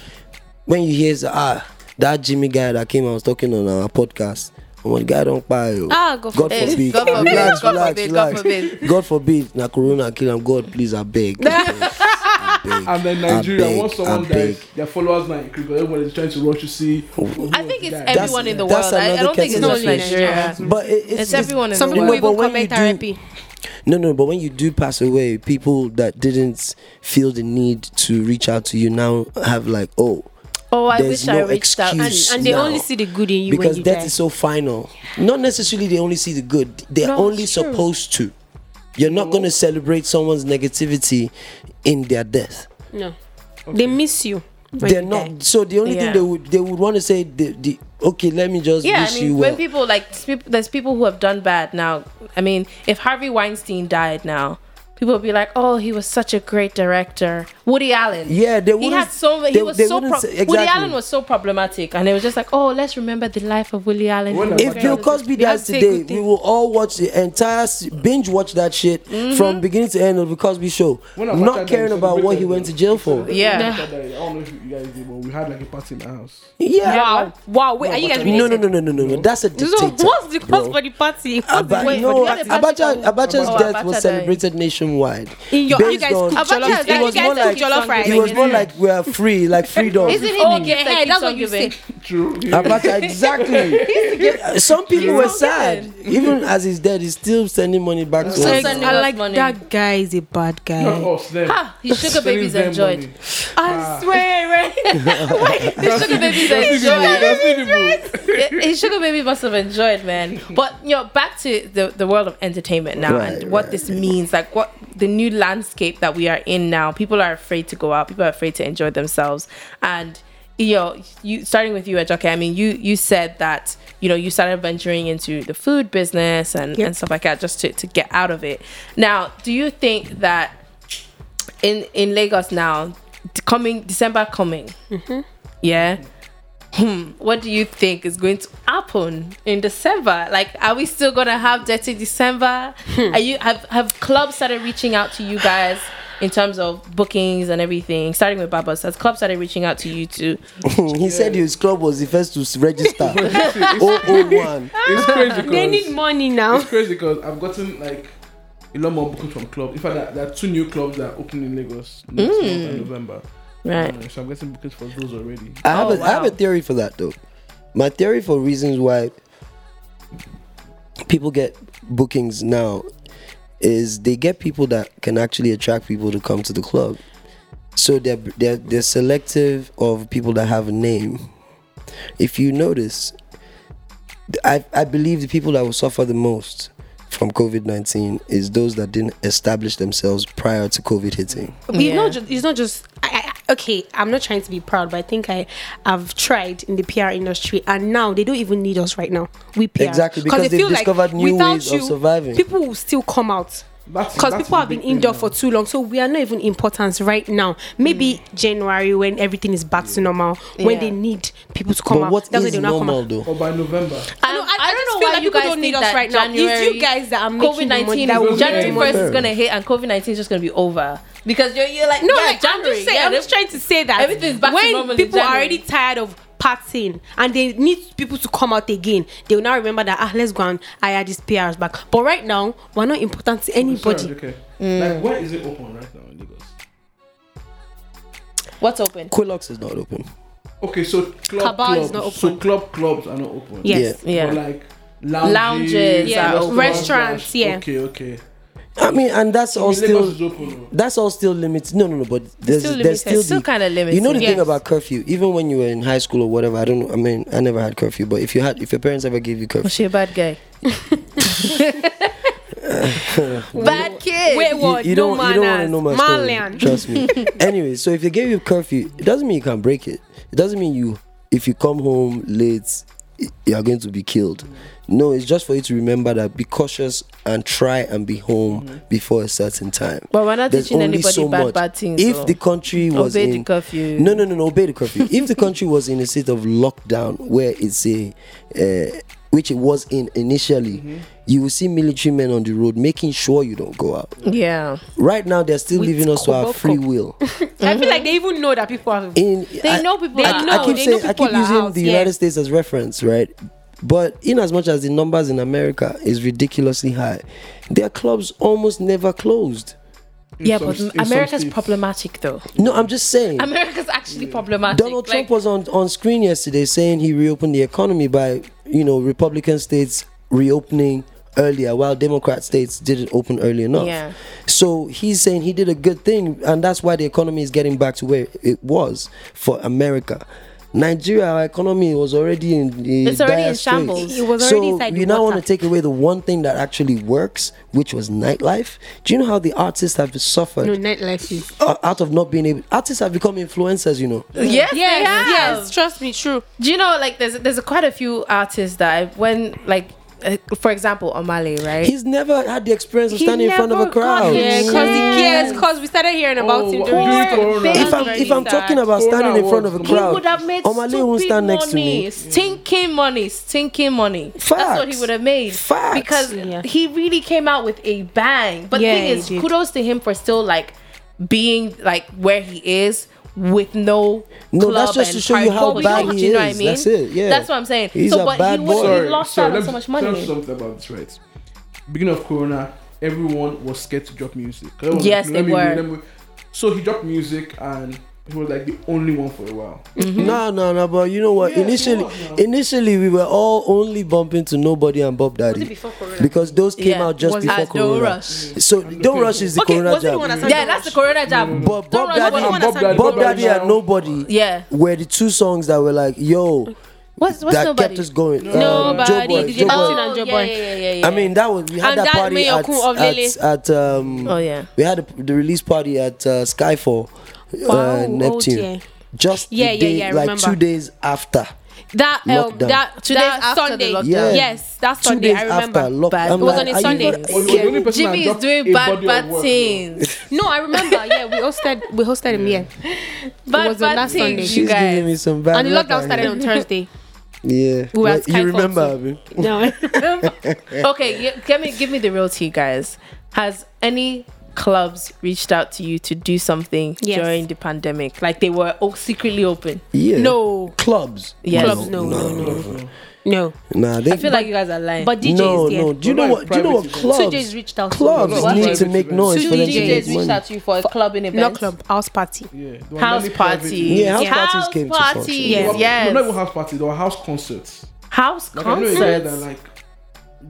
when you hear ah that Jimmy guy that came I was talking on our podcast. Oh, my guy don't buy you.
Ah, God
God
forbid.
forbid.
God forbid,
Relax,
God
relax,
forbid, God
relax.
forbid.
God forbid. Na corona kill him. God, please, I beg.
And then
I
Nigeria,
beg,
once
I
someone
beg. Oh.
dies, their followers now increase. because Everyone is trying to rush to see. who
I
was
think
the
it's
guy.
That's-
*laughs* everyone in the
that's
world. I, I
another
don't think
kettle
it's
of
just
fish.
Nigeria.
But it, it's,
It's everyone in
Some
the
people
world.
but
even
when
commit
you do-
therapy.
No, no, but when you do pass away, people that didn't feel the need to reach out to you now have like, oh,
Oh, I
There's
wish I
no
reached out.
excuse.
And, and they
now.
only see the good in you
because
when you
death
die.
is so final. Not necessarily they only see the good. They're
No,
only
it's true.
supposed to. You're not
Mm.
going to celebrate someone's negativity in their death.
no, they miss you. When
They're
you
not.
die.
So the only
Yeah.
thing they would they would want to say the, the okay, let me just
Yeah,
wish
I mean,
you
when
well.
people like sp- there's people who have done bad now. I mean, if Harvey Weinstein died now, people would be like, "Oh, he was such a great director." Woody Allen.
yeah, they
He
wouldn't.
had so he
they-
was
they
so
wouldn't
pro-
say-
Woody
exactly.
Allen was so problematic, and it was just like, "Oh, let's remember the life of Woody Allen."
When
He was
If
very
Bill
talented."
Cosby
You have
dies
to say
today,
good
we
thing.
will all watch the entire s- binge watch that shit
Mm-hmm.
from beginning to end of the Cosby Show,
When I watch that,
not
they
caring about what he
celebrated
went to
it.
jail for.
They
Yeah.
celebrated it. I don't know if you guys did, but we had like a party in our house.
Yeah.
Wow, wow. Wait, are you guys?
No, no,
related?
no, no, no, no, no. That's a
So
dictator.
what's the
bro. Ah,
cause for the party? What's the
Aba-
Mm-hmm. Wait,
point
no,
but the other party
Abacha,
for-
Abacha's
Oh,
death
Abacha
was
died.
celebrated nationwide.
In your, you
Based
guys
on-
cook
Abacha has
jollof, you
died.
guys
You guys
cook
keep
jollof
on
rice.
It was more like we are free, like freedom.
Isn't it
Oh,
the
yeah,
gift that
yeah,
keeps
that's
on
what you
giving?
say.
True. *laughs*
*laughs*
Abacha, exactly. Some people were
on
sad, even as he's dead. He's still sending money back to
So
us.
sending us money.
guy is a bad
Not us, them.
Ah, his sugar
Sending
babies
them
enjoyed.
money.
I swear, eh, right?
His sugar babies
That's
enjoyed.
the
*laughs*
people.
Yeah, his sugar baby must have enjoyed, man. But you know, back to the, the world of entertainment now
Right,
and what
right.
this means, like what the new landscape that we are in now. People are afraid to go out. People are afraid to enjoy themselves. And you know, you starting with you, Ajoke. I mean, you you said that you know you started venturing into the food business and
Yep.
and stuff like that just to to get out of it. Now, do you think that in in Lagos now, d- coming December coming, yeah. Hmm, what do you think is going to happen in December? Like, are we still gonna have dirty December?
Hmm.
Are you have have clubs started reaching out to you guys in terms of bookings and everything? Starting with Babas, has clubs started reaching out to you too?
he said his club was the first to s- register.
*laughs*
001.
It's crazy
They need
because
money now.
it's crazy because I've gotten like a lot more bookings from clubs. In fact, there- there are two new clubs that are opening in Lagos next
Mm.
month in November.
Right.
Hmm.
Uh, so I'm getting bookings for those already.
I have,
Oh,
a, I have
wow.
a theory for that though. My theory for reasons why people get bookings now is they get people that can actually attract people to come to the club. So they're they're they're selective of people that have a name. If you notice, I I believe the people that will suffer the most from COVID nineteen is those that didn't establish themselves prior to COVID hitting.
It's
Yeah.
not just. It's not just. I, I, okay, I'm not trying to be proud, but I think I have tried in the PR industry, and now they don't even need us right now. We PR
Exactly, because
they
they've
feel
discovered new
without
ways of surviving.
People will still come out.
That's-
Because
that's
people
the
have been
big thing
indoor
now.
for too long, so we are not even important right now. Maybe January when everything is back to normal, when
Yeah.
they need people to come
But
out.
what
that's why
is
they do not come
normal
out.
though?
Or by November.
I don't, I, I don't know why you guys don't need us right now. It's you guys that are
COVID
making the money
nineteen
that will
January
January
first
money.
is gonna hit and COVID nineteen is just gonna be over because you're you're like
No,
yeah,
like, I'm
January,
just saying.
yeah,
I'm just
they-
trying to say that
Everything's back to
when
normal in
people are
January.
already tired of partying and they need people to come out again, they will now remember that ah, let's go and hire these PRs back. But right now, we're not important to
Sorry,
anybody. Mm.
okay. Like, where is it open right now in Lagos?
what's open?
Quillox is not open.
Okay, so club
Cabal
clubs.
is not
So
open.
club clubs are not open.
Yes.
Yeah.
Yeah.
But like lounges,
Lounges
are
restaurants,
open. Restaurants, yeah.
Okay, okay.
I mean, and that's all
Lagos
still
is open. though.
that's all still limits. No, no, no. But there's
Still
there's
limited.
still,
Still
the-
kinda
You know the
limited.
thing
Yes.
about curfew. Even when you were in high school or whatever, I don't. know I mean, I never had curfew. But if you had, if your parents ever gave you curfew,
Was she a bad guy? *laughs* bad
*laughs*
kid.
Wait,
you,
what?
you don't you
no
don't want to
manners.
know my story.
Marlian.
Trust
*laughs*
me. anyway, so if they gave you curfew, it doesn't mean you can break it. It doesn't mean you if you come home late, you are going to be killed. No, it's just for you to remember that be cautious and try and be home
Mm-hmm.
before a certain time.
But we're not
There's
teaching
only
anybody bad, bad things,
If
so
the country was
obey the
in,
curfew.
No, no, no, no. Obey the curfew. if the country was in a state of lockdown, where it's a, uh, which it was in initially,
Mm-hmm.
you will see military men on the road making sure you don't go out.
Yeah.
Right now, they're still
With
leaving us to our
koboko.
free
*laughs*
will.
I feel like they even know that people are.
In
They know people
I-
are
know,
I keep
they
saying, I
people
keep
are
using
out,
the
yeah.
United States as reference, right? But in as much as the numbers in America is ridiculously high, their clubs almost never closed.
Yeah,
some
but
st- in some
America's
states.
problematic though.
No, I'm just saying.
America's actually problematic.
Donald
Like,
Trump was on, on screen yesterday saying he reopened the economy by, you know, Republican states reopening earlier while Democrat states didn't open early enough.
Yeah.
So he's saying he did a good thing and that's why the economy is getting back to where it was for America. Nigeria, our economy was already in the
It's already
dire
in
straits.
shambles. It
was already
so
inside
you
the
now
water.
want to take away the one thing that actually works, which was nightlife. Do you know how the artists have suffered
No, nightlife is.
uh, out of not being able? Artists have become influencers, you know.
yes, they have.
yes. Trust me, true.
Do you know like there's there's quite a few artists that I, when like uh, for example Omale right?
He's never had the experience of standing in front of a
never got
crowd.
here, cause the- yes, cause we started hearing about
Oh,
him
during
during
Corona.
If I'm, if I'm talking about
Corona
standing in front of a
was-
he
crowd,
would have made
Omale won't
stupid
stand
money,
next to me.
stinking money, stinking money. That's what he
Facts.
would have made.
Facts.
Because
Yeah.
he really came out with a bang. But
Yeah,
thing
he
is,
did.
kudos to him for still like being like where he is with no
No,
club
that's just
and
to show you
party
how
going
bad
on,
he
you know what I
is.
mean?
That's it, yeah.
That's what I'm saying.
He's
so,
a
but
bad
he, was,
boy.
he lost out on
let
so
me
much
Tell
money.
you something about this, right? Beginning of Corona, everyone was scared to drop music. Everyone was
Yes,
"Let
they
me-
were.
let me-" So he dropped music, and he was like the only one for a
*laughs*
while.
*laughs* No, no, no. But you know what?
Yeah,
initially,
come on now.
initially we were all only bumping to nobody and Bob Daddy because those came
Yeah.
out just
Was-
before
At Don't
Corona.
Rush.
So don't rush is the
Okay,
Corona
was it the one
jab.
that
Yeah, that's the Corona jab.
But
Don't
Bob
Rush was
Daddy,
the one
and
that
Bob,
sang
Daddy,
Don't
Bob Daddy
Rush.
and Nobody
Yeah.
were the two songs that were like, yo,
What's what's
that
nobody?
kept us going. Um, Joe
Nobody,
Boy,
DJ
Joe Boy.
Martin
Oh,
and Joe
yeah,
Boy.
yeah, yeah, yeah, yeah.
I mean, that was we had
And
that
that
party
Mayor
at,
Kun of
at,
Lele.
at um
Oh, yeah.
we had a, the release party at uh, Skyfall uh,
Wow, oh
Neptune
dear.
just the
Yeah, yeah,
day,
yeah, I
like
remember.
two days after
That um,
Lockdown.
that
Two
that
days after
Sunday.
the lockdown.
Yeah.
Yes, that
two
Sunday.
days
I remember.
after lock
Bad
I'm
It was
like,
on a
are you
Sunday.
not-
He was the
Yeah.
*laughs*
only person that
Jimmy is
dropped
doing
a
bad
body of
bad
work, though.
things.
No, I remember. Yeah, we hosted we hosted him. Yeah,
Bad
It was the
bad
last Sunday.
things, you
she's giving
*laughs*
me
guys.
some bad
and the
luck
lockdown
out
started
here.
on Thursday.
yeah
We were
Well,
at
you
Skyfall
remember
too.
Abby?
*laughs* No,
Okay, yeah, give me give me the real tea, guys. Has any clubs reached out to you to do something
Yes.
during the pandemic? Like they were oh, secretly open.
yeah
no,
clubs
Yes.
clubs. No, no, no, no, no.
nah they
I feel like you guys are lying.
But DJs,
no
yeah.
no do you know
Not
what
like
do you know what
private
clubs
DJs reached out to
clubs
me.
What?
need to make
Two
noise
two
for them to
DJs
make
reached
money
out to you for a clubbing event.
not club house party.
Yeah, there were
House
many private
parties.
events.
Yeah, house
Yeah.
parties
House
came to
parties.
function.
Yeah.
Well,
Yes.
No, not even house parties. There were house concerts.
House
Like I know a guy that
concerts.
like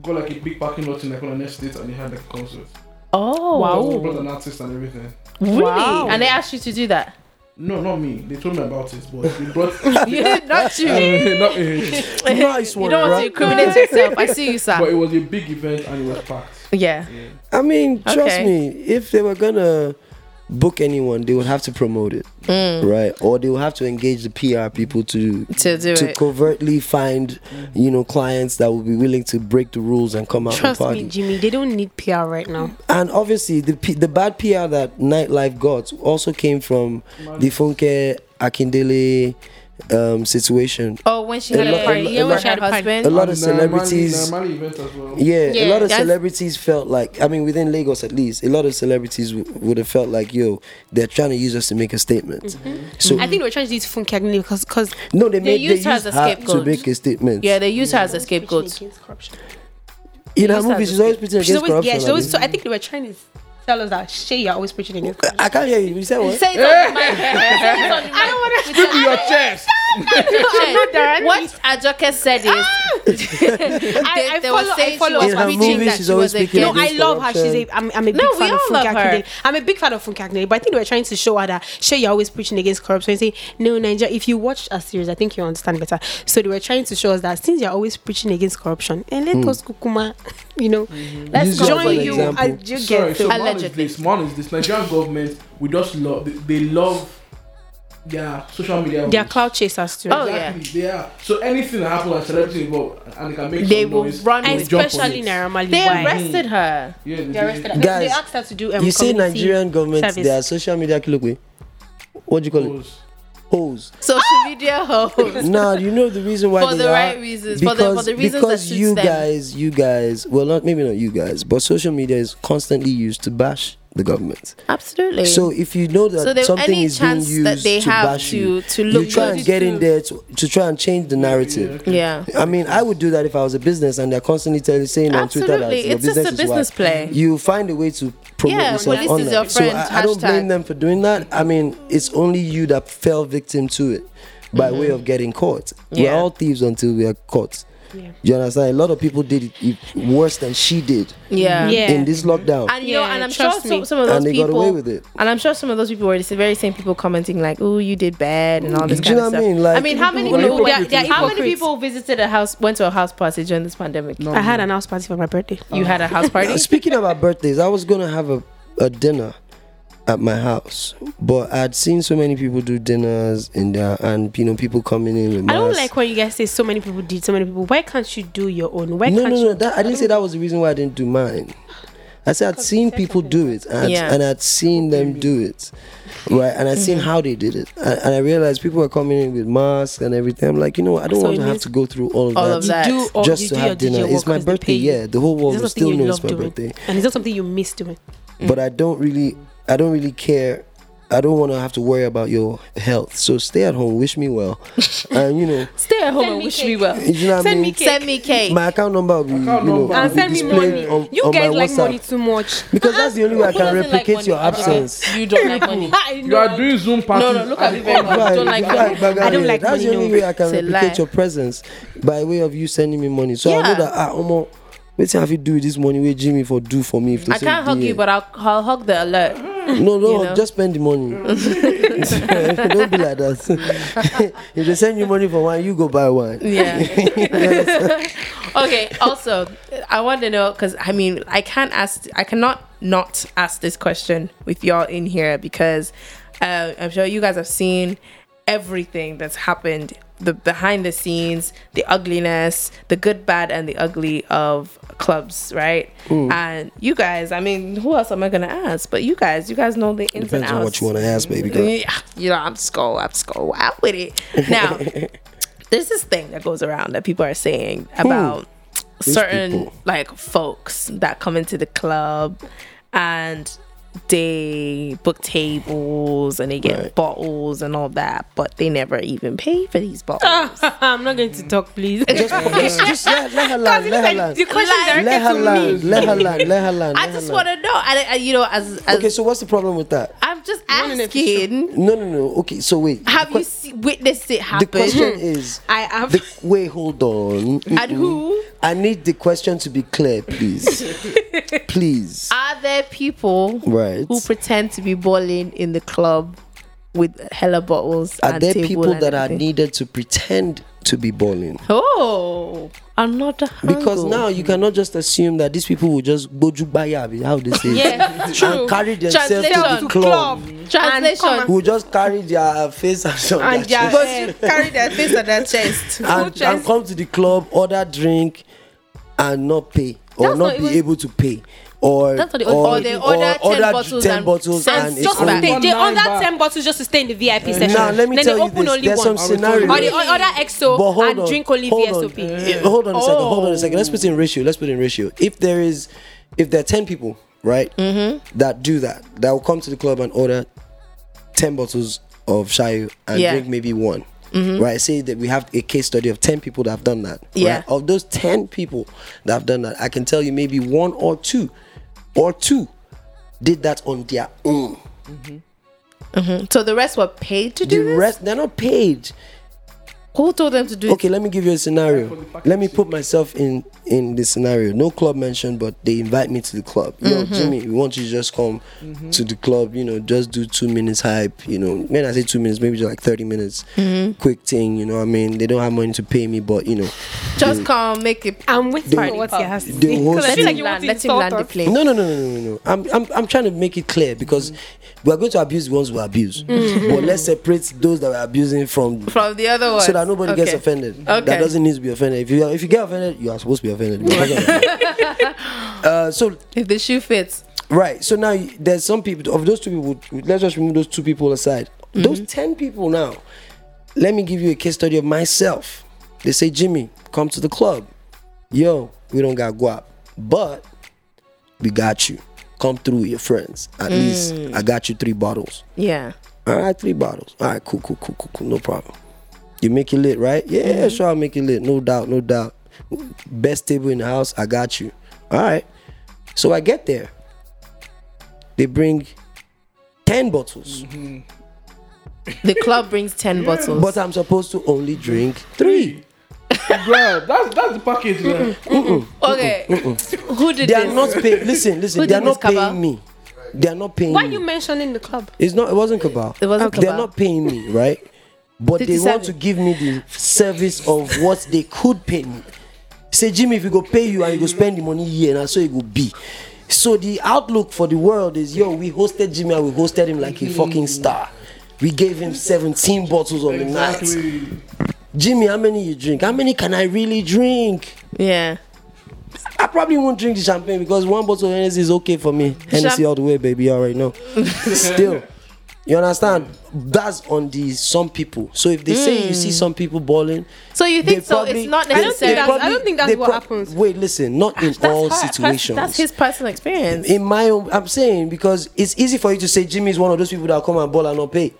got like a big parking lot in like one of the next states and he had like a concert.
Oh
He
wow,
brought an artist and everything.
really?
Wow.
And they asked you to do *laughs* that?
No, not me. They told me about it, but they
*laughs*
brought. *laughs* not
Not you.
me.
nice
You
one
don't want to
right
incriminate yourself. I see you,
But
sir.
it was a big event and it was packed.
Yeah.
Yeah.
I mean, trust
Okay.
me, if they were gonna book anyone, they would have to promote it,
Mm.
right? Or they would have to engage the PR people to
To do
to
it.
covertly find, you know, clients that will be willing to break the rules and come out
Trust
and party.
me, Jimmy. They don't need PR right now.
And obviously, the P- the bad PR that nightlife got also came from the Funke Akindele um, situation.
Oh, when she
A
had
lot-
a
a
party,
lo- a
yeah, when
lot-
she had
a
her
lot-
A
husband.
lot of
And Naira Marley-
celebrities.
Naira Marley event as well.
Yeah, a
Yeah,
lot of
that's-
celebrities felt like, I mean, within Lagos at least, a lot of celebrities w- would have felt like, yo, they're trying to use us to make a statement.
Mm-hmm.
So,
Mm.
I think they were trying to use Funky Agnelli because because
no, they, made
used
they
her
used
as a
her to
scapegoat.
make a statement.
Yeah, they used her as a scapegoat.
in
they
her
used her
movies,
as a
she's always preaching
She's
against
always yeah.
corruption.
She's always. So I think they were trying to tell us that Shay, you're always preaching against.
I mean. I can't hear you. You said what?
Say
*laughs*
something.
I don't want to.
Look at your chest.
What what Ajoke said
Ah,
is
Ah, I, I
they were
follow. I
saying
follow.
she
in
was
her
preaching
movies,
that
she's
she
always
was
speaking
against-
No, I
against
love her. She's
corruption.
a. I'm, I'm a big
No, we
fan of
all
Funke
love her.
Akindele. I'm a big fan of Funke Akindele, but I think they were trying to show her that Shay, you're always preaching against corruption. And say, no, Nigeria. If you watch a series, I think you understand better. So they were trying to show us that since you're always preaching against corruption, and
Hmm.
let us Kukuma, *laughs* you know, let's
Use you as
join
an
you.
example.
and you
Sorry,
get
so
so.
one is
Allegedly.
this, one is this. Nigerian government, we just love, they, they love their social media.
They are
waves.
cloud chasers too.
Oh,
Exactly, they are. So anything that happens, a celebrity involved, and they can make
They
some
will
noise,
run
they will
with
jump on
especially
it.
Naira Marley.
They
Why?
arrested her.
Yeah,
They
they
arrested
did.
her. They-
Guys,
they asked her to do. Um,
you see
community
Nigerian government,
service.
their social media kilokwe. What do you call it?
Pose.
Hoes.
Ah!
Social media hoes.
now you know the reason why
For
they
the
are?
right reasons, for the- for the reasons that
because
suits
you
them.
guys you guys well not maybe not you guys but social media is constantly used to bash the government
Absolutely.
so if you know that
So there-
something
any
is being
chance
used
that they
to
have
bash you
to- to look
you try
good
and get in there to, to try and change the narrative
yeah.
I mean, I would do that if I was a business and they're constantly telling saying on Twitter
Absolutely.
that your
It's just a
business is
business
whack.
play.
You find a way to promote
Yeah,
yourself
police is
online.
your
so
friend,
I, I don't blame
hashtag.
them for doing that. I mean, it's only you that fell victim to it by way of getting caught. We're
Mm-hmm. Yeah.
all thieves until we are caught.
Yeah.
You understand? A lot of people did it e- worse than she did
Yeah.
Yeah.
in this lockdown.
And you know,
Yeah,
and I'm sure
trust
some,
me.
some of those
And they got
people
away with it.
And I'm sure some of those people were the very same people commenting like, "Oh, you did bad" and all this
Do
kind
you know
of
what I
stuff.
mean? Like-
I mean, how many
Well,
people?
hypocrites.
yeah, yeah, how many
Hypocrites.
people visited a house, went to a house party during this pandemic?
No,
I had an house party for my birthday.
Oh,
You had a house party.
Now, Speaking about birthdays, I was gonna have a, a dinner at my house, but I'd seen so many people do dinners in there, and you know, people coming in with
I don't
masks.
like when you guys say so many people did so many people. Why can't you do your own? Why
no,
can't
no,
you?
no. That, I didn't say that was the reason why I didn't do mine. I said I'd seen people do it, and,
Yeah.
and I'd seen them do it, right? And I'd seen
Mm-hmm.
how they did it, and, and I realized people were coming in with masks and everything. I'm like, you know, what? I don't
So
want
it
to have
means
to go through all of
all
that.
of that.
You do or
Just
Oh, you
to
do
have
your
dinner.
DJ
It's my
work 'cause they
birthday,
pay you.
yeah. The whole world
It's
will
not
still
something you
know it's
love
my
doing,
birthday.
and it's not something you miss doing.
but I don't really I don't really care. I don't want to have to worry about your health. So stay at home, wish me well. and you know,
Stay at home
Send
and
me
wish
cake.
me well.
you know what I
Send me
mean?
cake.
Send me cake.
My account number will be, you
Account
know,
number.
will
And
be
send me
displayed
money.
on,
you
on
guys
my
like
WhatsApp.
money
*laughs*
too much. *laughs*
Because that's the only way I can replicate your absence.
You don't like money.
I
You are doing Zoom parties.
No, no, look at
and
me very much.
Right,
don't like
right,
money.
back
I don't
here.
like
That's the
money,
only
no.
way I can
It's a
replicate
lie.
your presence by way of you sending me money. So I
Yeah.
know that ah, Omo, wait till I fit do with this money. Wait, Jimmy for do for me. If they
I
say
can't hug
do
you,
it.
but I'll, I'll hug the alert.
No, no,
know?
just spend the money. *laughs* Don't be like that. *laughs* if they send you money for one, you go buy one.
Yeah. *laughs* okay. Also, I want to know because I mean, I can't ask. I cannot not ask this question with y'all in here because uh, I'm sure you guys have seen everything that's happened the behind the scenes the ugliness the good bad and the ugly of clubs right and you guys i mean who else am i gonna ask but you guys you guys know the ins and
Depends
outs
on what you want to ask, baby girl.
yeah, you know, I'm skull, I'm skull, out with it.
*laughs*
Now, there's this thing that goes around that people are saying about certain
people.
like folks that come into the club and they book tables and they get
Right.
bottles and all that, but they never even pay for these bottles.
Uh,
*laughs*
I'm not going to talk, please.
Just, just, just let, let her
Because
land. Let her land.
you said the question
Like-
is directed
Let her
to
land.
me.
Let her land. Let her land.
I
let her
just
land.
want to know. I, I, you know, as, as
Okay, so what's the problem with that?
I'm just
Running a fish
asking,
No, no, no. Okay, so wait.
have
the, que-
you see, witnessed it
the
happen?
question is.
I have.
The, wait, hold on.
and who
I need the question to be clear,
*laughs*
please. please.
are there people
Right.
who pretend to be balling in the club with hella bottles?
Are
and
there
table
people
and
that are
everything?
needed to pretend to be balling?
Oh, another angle.
Because now you cannot just assume that these people will just go to Bayabi, how they say it,
Yeah, true.
and carry themselves to the
Translation.
club.
Translation.
And come
Who just carry their face and some
and
their
their
chest.
hair.
carry their face on their chest.
full
and, and
chest.
come to the club, order drink, and not pay or
That's
not
not
be
even-
able to pay. Or,
That's not the
or,
only-
Or they order 10 bottles
10
and
bottles
send
and
it's
just
it's
all
to
back.
only. Uh,
stay. They
One
order
back.
ten bottles just to stay in the VIP session.
Now, let me
then
tell
they
you
open
this.
only
There's some
one.
I'll return you.
scenarios.
or they o- order
But
EXO
hold
and
on,
drink only
hold
VSOP.
On. Eh, Hold on a second. Hold on a second. Let's put it in ratio. Let's put it in ratio. If there is, if there are ten people, right,
Mm-hmm.
that do that, that will come to the club and order ten bottles of shayu and
Yeah. Mm-hmm.
drink maybe one. Right, say that we have a case study of 10 people that have done that.
Yeah.
Right? Of those 10 people that have done that, I can tell you maybe one or two or two did that on their own.
So the rest were paid to do
The
this.
rest, they're not paid.
who told them to
*laughs*
do
okay let me give you a scenario let me put myself in in the scenario no club mentioned but they invite me to the club yo jimmy we want you to just come to the club you know just do two minutes hype you know when i say two minutes maybe just like 30 minutes quick thing you know what i mean they don't have money to pay me but you know
Just come, make it.
I'm waiting
The-
for what he has to
the
say.
whole
'Cause I
Let
feel like
him
you want
land,
to
let him
insult
land the
us.
plane.
No, no, no, no, no, no, no. I'm, I'm, I'm trying to make it clear because we are going to abuse the ones who abuse, but let's separate those that are abusing from
From the other one.
so that nobody gets
Okay.
offended.
Okay.
That doesn't need to be offended. If you if you get offended, you are supposed to be
*laughs*
offended. uh, so
If the shoe fits.
right, so now you- there's some people of those two people. Let's just remove those two people aside.
Mm-hmm.
Those ten people now. Let me give you a case study of myself. They say, Jimmy, come to the club. Yo, we don't got guap, but we got you. Come through with your friends. At least
Mm.
I got you three bottles.
Yeah.
All right, three bottles. All right, cool, cool, cool, cool, cool. No problem. You make it lit, right? Yeah, yeah, sure, I'll make it lit. No doubt, no doubt. Best table in the house. I got you. All right. So I get there. They bring 10 bottles,
The club brings 10 bottles.
Mm. but I'm supposed to only drink three.
Bruh, that's that's the package. man.
okay. Who did
They
this?
are not paying. Listen, listen,
Who
they are
did this,
not
Kabal?
paying me. They are not paying
Why are
me.
you mentioning the club?
It's not. It wasn't Cabal.
It wasn't
They're
Kabal.
not paying me, right? But they want
57.
to give me the service of what they could pay me. Say, Jimmy, if you go pay you and you go spend the money here, and so it will be. So the outlook for the world is, yo, we hosted Jimmy and we hosted him like a fucking star. We gave him 17 bottles on the night.
Exactly.
Jimmy, how many you drink? How many can I really drink?
Yeah.
I probably won't drink the champagne because one bottle of Hennessy is okay for me. Hennessy all the way, baby. You already
*laughs*
know. Still, you understand? That's on the some people. So if they say you see some people balling,
Hmm. So you
they
think so?
probably-
it's not
they- they
necessarily.
that's- I don't think that's
they
what happens.
Wait, listen. Not in all situations.
Ah, That's his personal experience.
in my own, I'm saying because it's easy for you to say Jimmy is one of those people that come and ball and not pay.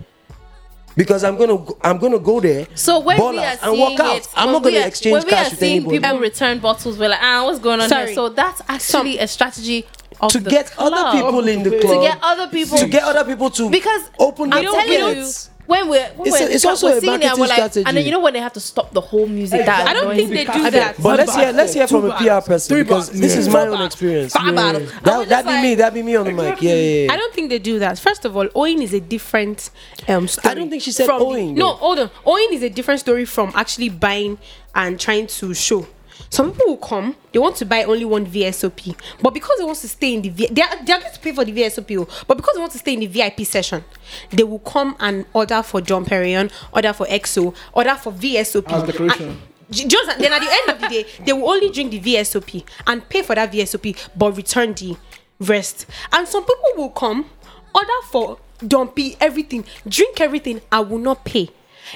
Because I'm gonna go- I'm gonna go there.
so when
ball
we are
out
seeing
and walk out.
it,
I'm
when
not
we
gonna
are-
exchange
when we are
cash with
seeing
anybody.
people return bottles, we're like, ah, what's going on
Sorry.
here? So that's actually a strategy of
to
the
get
club.
other people in the
To
club.
to get other people
to get other people to
because
open
I'm
the
telling you.
gates.
When we're, when
It's a-
we're
it's also
we're
a
seeing it,
marketing
we're like, And then
strategy.
you know when they have to stop the whole music. That
I don't
annoys
think
me.
they do
I don't-
that.
But let's hear
bags,
let's hear from a
two
PR
bags,
person
three
because
bags,
this
yeah.
is my own experience.
Five bottles. I was
That that
just
be
like-
me. That be me on the mic. Yeah, yeah,
I
yeah.
don't think they do that. First of all, owing is a different um story.
I don't think she said
from the-
owing,
no,
though.
hold on. Owing is a different story from actually buying and trying to show. Some people will come, they want to buy only one VSOP, but because they want to stay in the V, they are, they are going to pay for the VSOP, oh, but because they want to stay in the VIP session, they will come and order for John Perion, order for EXO, order for VSOP.
As decoration.
And- J- just then at the end of the day they will only drink the vsop and pay for that vsop but return the rest and some people will come order for dumpy everything drink everything and will not pay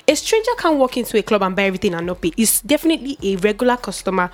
a stranger can walk into a club and buy everything and not pay it's definitely a regular customer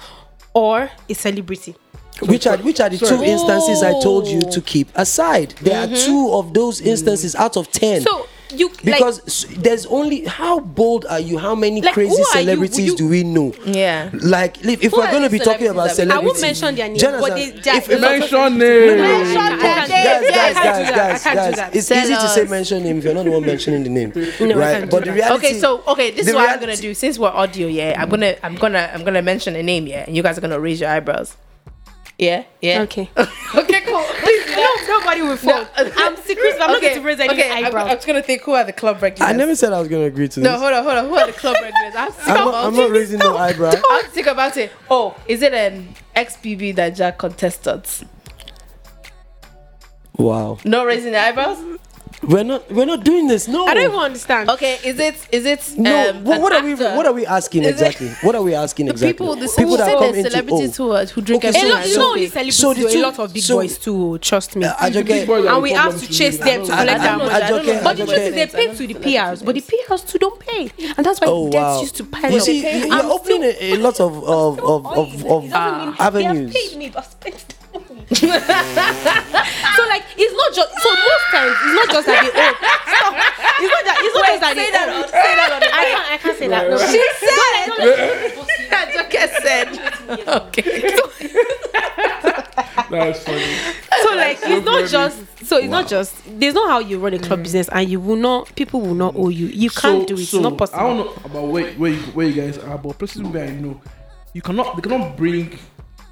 or a celebrity
Which are which are the two
Sorry.
instances I told you
Oh.
to keep aside? There are two of those instances out of ten.
Mm-hmm. so you
because
like,
s- there's only how bold are you? How many
Like, who
crazy
are you?
celebrities
Will you-
do we know?
Yeah.
Like if, if
Who
we're
are
going to
these
be talking about
celebrities that we-
celebrities,
I won't mention their names,
Do you
but
understand?
they- they-
if, if
Mention
Mention
name.
their
I
names.
guys,
can't do
guys,
that. I
guys, guys,
can't do that. I can't do
guys.
that.
It's
Tell
easy to
us.
say mention name if you're not the one mentioning the name,
I
right?
can't
But
do
the
that.
reality.
Okay, so okay, this
the
is what I'm
reality-
gonna do. Since we're audio, yeah, I'm gonna I'm gonna I'm gonna mention a name, yeah, and you guys are gonna raise your eyebrows. Yeah, yeah.
okay
okay, cool. *laughs*
no *laughs* nobody will fall i'm secret but i'm not going to raise any
okay, I'm-
eyebrows
I'm, just gonna think who are the club regulars.
I never said I was gonna agree to this.
No, hold on, hold on. Who are the
*laughs*
club regulars? I'm sick
I'm not,
about
I'm not
it.
raising no eyebrow.
I have to think about it. Oh, is it an XBB that Jack contestant?
Wow,
Not raising the eyebrows?
we're not we're not doing this. No,
i don't even understand
Okay, is it is it
No,
um,
what,
an
what are we
actor?
what are we asking
Is it-
exactly? What are we asking exactly?
People, the people
that
said
come
there's
into-
celebrities
oh,
who are, who drink
Okay, so-
everything.
a lot,
and
it's
don't
not only
pay.
celebrities,
so the
though,
two-
a lot of big
so-
boys too. Trust me.
Uh, I just
Big
get-
boys are
and
the
we have
problem
to
me.
chase
I
them to
don't-
I-
collect
I-
our
I
money.
don't care- I
But the
don't
truth
care.
is, they pay to the PRs, but the PRs too don't pay, and that's why
Oh
debts
wow!
used to pile
you
up.
see,
I'm
you- you're opening a,
still-
a lot of of of of, of
Ah.
avenues.
They have paid me, but I spent the money. so like, it's not just. So most times, it's not just that they owe. Stop. It's not that. It's not just that they owe. Say that on. I can't. I can't say that. No. She
*laughs*
*laughs*
Ajoke said. *laughs* Okay.
That's funny.
so like it's not just so it's not just there's not how you run a club business and you will not people will not owe you you can't do it it's not possible
I don't know about where, where, you, where you guys are, but places where I know, you cannot they cannot bring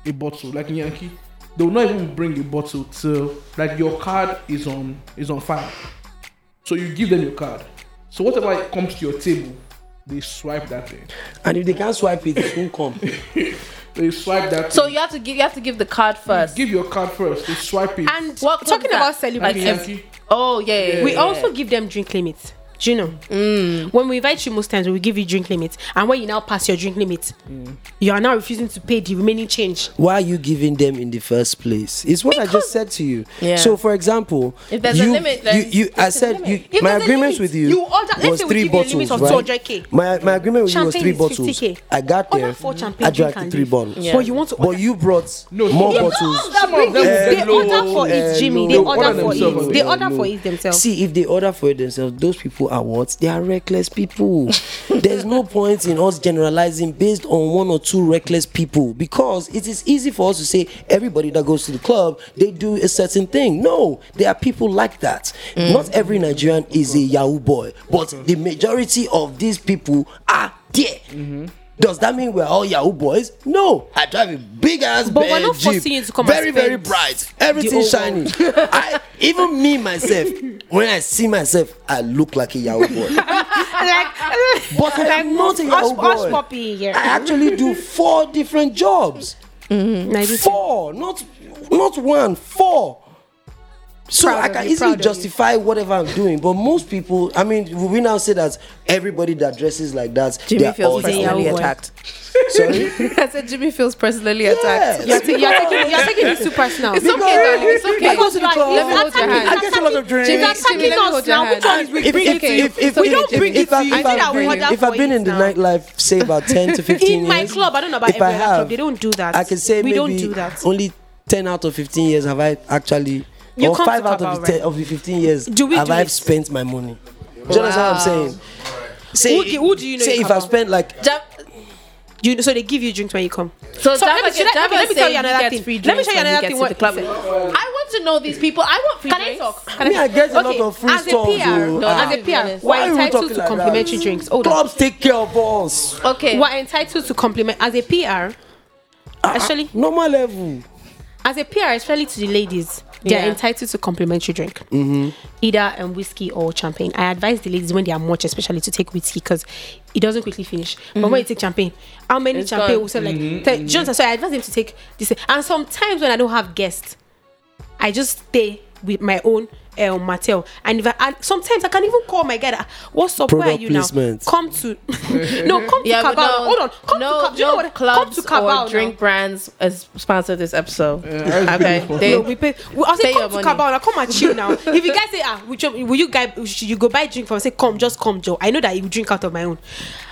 a bottle like in Yankee. They will not even bring a bottle till like your card is on is on fire. So you give them your card. So whatever comes to your table, They swipe that thing.
And if they can't swipe it, it won't come.
They swipe that.
So
thing.
you have to give you have to give the card first.
give your card first. They swipe it.
And
What- what
talking
is that?
about
Like,
celebrities,
if- oh yeah, yeah,
we
yeah.
also give them drink limits. Do you know?
Mm.
When we invite you most times, we give you drink limits. And when you now pass your drink limit,
Mm.
you are now refusing to pay the remaining change.
why are you giving them in the first place? It's what I just said to you.
Yeah.
So, for example,
If there's a
you,
limit, then
you, you I
there's a
said
limit.
you,
If
my
there's a
agreement
limit,
with you,
you order- let's
was
say we
three
give you a limit
bottles,
of
right?
200K.
My my agreement with
Champagne
you
is
was three
50K.
bottles. I got
Order
there.
four champagne,
I
drink
drank
and
three
leave.
bottles.
Yeah.
But you want to
But you brought
No,
more
some-
bottles.
Some of them will
they
get low.
order for it, Jimmy.
Eh, no,
they order
order
for
themselves
it.
as
They
well,
order
no.
for it themselves.
See, if they order for it themselves, those people are what? They are reckless
*laughs*
people. There's no point in us generalizing based on one or two reckless people because it is easy for us to say everybody that goes to the club, they do a certain thing. No, there are people like that.
Mm.
Not every Nigerian is a Yahoo boy, but the majority of these people are there.
Mm-hmm.
Does that mean we're all Yahoo boys? No. I drive a big ass
But we're
Benz
not
Jeep,
forcing you to come and
Very, very
spend
bright.
the
Everything
whole
shiny. *laughs* I, even me myself, when I see myself, I look like a Yahoo boy.
like, *laughs*
But I'm not a Yahoo
us, us
boy.
puppy here.
I actually do four different jobs.
Now, this-
Four, not not one, four. So
Proud
I
of
can
you,
easily
proud of you.
justify whatever I'm doing. But most people, I mean, will we now say that everybody that dresses like that,
Jimmy
they're all
feels personally
Yahoo boy.
attacked.
Sorry?
*laughs*
I said Jimmy feels personally
Yes.
attacked.
You're, taking, you're taking this too personal.
*laughs* It's okay, darling. It's okay.
Because
Let me hold your hand.
I get a lot of drinks.
Jimmy,
It's attacking
Jimmy, let me
us
hold your
now.
hand.
Which one is we
if,
Okay.
bring
if, if, if,
So
we
if-
don't
if-
bring
if
it
I-
to you.
if
I think
I've
I will
been-
order
if
for
I've been
it
in the
now.
nightlife, say about 10 to 15
*laughs* In my
years,
club, I don't know about
if
every
I
other club,
have,
they don't do that.
I can say
We
maybe
don't do that.
only 10 out of 15 years have I actually,
You
or
come
5
to
out
Kabao,
of the, 10,
right?
of the 15 years,
Do we
have
do
I
it? Ah.
spent my money. Do you understand what I'm saying? Say,
Who do- who do you know
say
in
if I've
Kabao?
spent like
Jam-
You, so they give you drinks when you come.
So,
So
Java
let me- should
get-
I-
Java
let me tell
saying
you
he
another
gets
thing.
free
Let me
drinks
tell you
when he
another
gets
thing
to
what-
The club. I want to know these people. I want free
Can I
drinks.
talk? Can
me, I get a
Okay,
lot of free
as a
stuff.
PR,
oh,
no,
ah.
as a
PR,
Why
we're
are we
entitled
talking
to
like that?
complimentary drinks. Hold on.
Clubs take care of us.
Okay.
We're entitled to compliment as a
Uh-huh.
PR, actually,
Normal level.
as a PR, especially to the ladies. They are
Yeah. Mm-hmm.
entitled to complimentary drink, either um, whiskey or champagne. I advise the ladies when they are much, especially to take whiskey because it doesn't quickly finish. But when you take champagne, how many
Mm-hmm. It's
champagne
gone. Mm-hmm.
will sell like? ten- do you understand? So I advise them to take this. And sometimes when I don't have guests, I just stay with my own uh, Mattel. And if I, and sometimes I can even call my guy. that, What's up? Where are
Product
you
placement.
now? Come to *laughs* no, come to
Yeah,
Cabal.
but no,
Hold on, come
no,
to Cabal. Do you know
no
what? Come
clubs
to Cabal.
or drink brands as sponsor this episode.
Yeah,
okay,
that's
they,
Now. No, we pay. We, I say
Eh? Pay your
come to
money.
Cabal. Now come and
*laughs*
chill now. if you guys say ah, we jump- will you guys should you go buy drink from? Say come, just come, Joe. I know that you drink out of my own.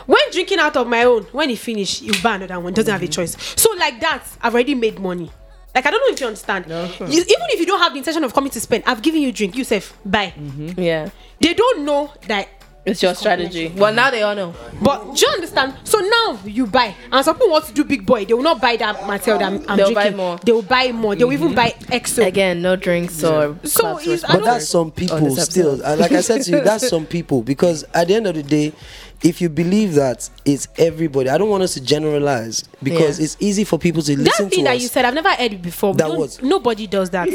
When drinking out of my own, when you finish, you buy another one. Doesn't have a choice. So like that, I've already made money. Like I don't know if you understand.
sure.
You- even if you don't have the intention of coming to spend, I've given you drink. You say bye.
yeah,
they don't know that
it's your strategy. Well, now they all know.
but do you understand so now you buy and some people want to do big boy they will not buy that material that i'm, I'm
They'll
drinking
buy more.
they will buy more they will even buy extra
Again, no drinks or
So
clubs
is-
were
I
But
sponsored.
don't-
that's some people
this
still.
episode.
Uh, Like I said to you, that's
*laughs*
some people. Because at the end of the day, if you believe that it's everybody, I don't want us to generalize because
Yeah.
it's easy for people to
that
listen
thing
to
that you
us.
said i've never heard it before We
That
don't-
was-
nobody does that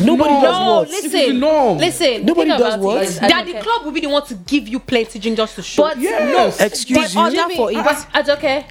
Nobody
No,
does
No,
what.
This is the
listen,
norm.
listen.
Nobody
think
does
about it.
what?
It's
that
okay.
the club will be the one to give you plenty drink just to show
But
Yes.
no,
Excuse
But
you.
other- Order for it.
That's okay.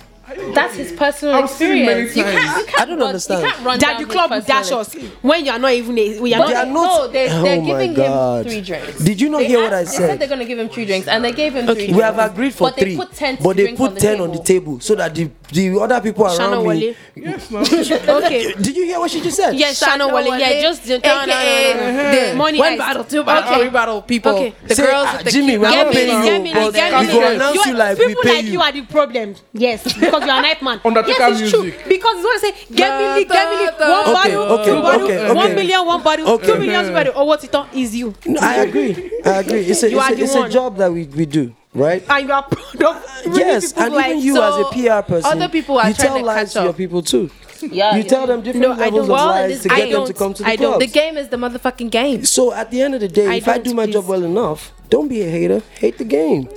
That's his personal
I've seen it many
experience. You can't, you
times.
can't
I don't
run,
understand.
You can't run
that
down
the
his
club will
personal
dash us when you are not even a, we are
But
They
not
are
they-
not-
no, they,
Oh
they're
my
giving
God.
him three drinks.
Did you not
They
hear what I
asked- They said
said?
they're going to give him three drinks, and they gave him three drinks.
We have agreed for
but
three,
They put 10
but they
drinks
put
on the
ten
table.
on the table so that the, the other people
Shana
around
Wale.
me.
Yes, now.
okay
Did you hear what she just said?
yes Shana
Shana
Wale yeah
Wale,
just the
AKA
the money
One
heist.
bottle, two bottle,
Okay.
three bottle, people.
Okay.
The
Say,
girls
ah,
with the
Jimmy,
cute
we're
bottle.
not paying you,
Get me,
but
get
we
me.
go announce
You're-
you like we
people
pay
like
you.
you. are the problem. Yes, because you are a night man.
Undertaker
yes, it's
music.
true. Because you want to say, get me, leak, get me, leak. one
Okay,
bottle,
okay,
two bottle,
okay,
one
okay.
million, one bottle, two
Okay.
million, two bottle. Or what it on is you,
No, I agree. I agree. It's a,
You
it's
are
a,
the
it's a
one.
job that we, we do, right?
and you are *laughs* proud of. really
yes,
people
and
like-
even you as
so
a PR person,
other people are
you
trying
tell
to
lies
catch
to your
up.
people too.
Yeah,
you
yeah.
tell them different
No, I
levels of
don't. Well,
lies
this-
to
I
get them to
don't.
come to the
I don't.
club.
The game is the motherfucking game.
So at the end of the day,
I
if I
don't,
do my job
please.
well enough, don't be a hater. Hate the game.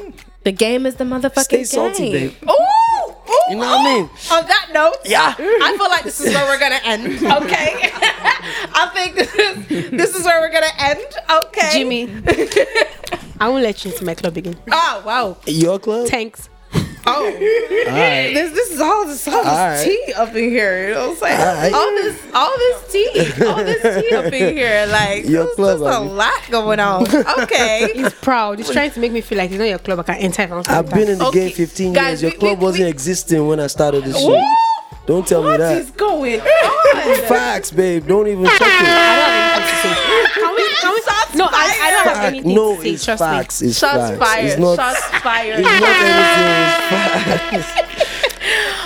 The game is the motherfucking
Stay
game.
salty, babe.
Ooh, ooh.
You know what I mean?
On that note,
Yeah.
I feel like this is where we're gonna end. *laughs* Okay, I think this is, this is where we're gonna end. Okay, *laughs*
Jimmy. I won't let you into my club again.
Oh wow.
Your club.
Thanks.
Oh,
All right.
this this is all this all this
Alright.
tea up in here. You know what I'm saying?
Alright.
All this all this tea, all this tea up in here. Like
Your
there's
club,
there's a
Abby.
lot going on.
*laughs*
Okay.
He's proud. He's trying to make me feel like it's not your club. I can enter. if I want to
I've
enter.
been in the
Okay,
game 15
guys,
years. Your
we-
club
we-
wasn't
we-
existing when I started this
Woo!
shit. Don't tell me
What
that.
is going on?
Facts, babe. Don't
*laughs*
even check it.
Can we? Can we?
Shots
No, I, I don't have
Fact.
anything
No,
to
it's
say. Trust me.
facts. It's
Shots
facts. It's *laughs*
fired.
not.
Shots fired.
It's
*laughs*
not anything. It's facts.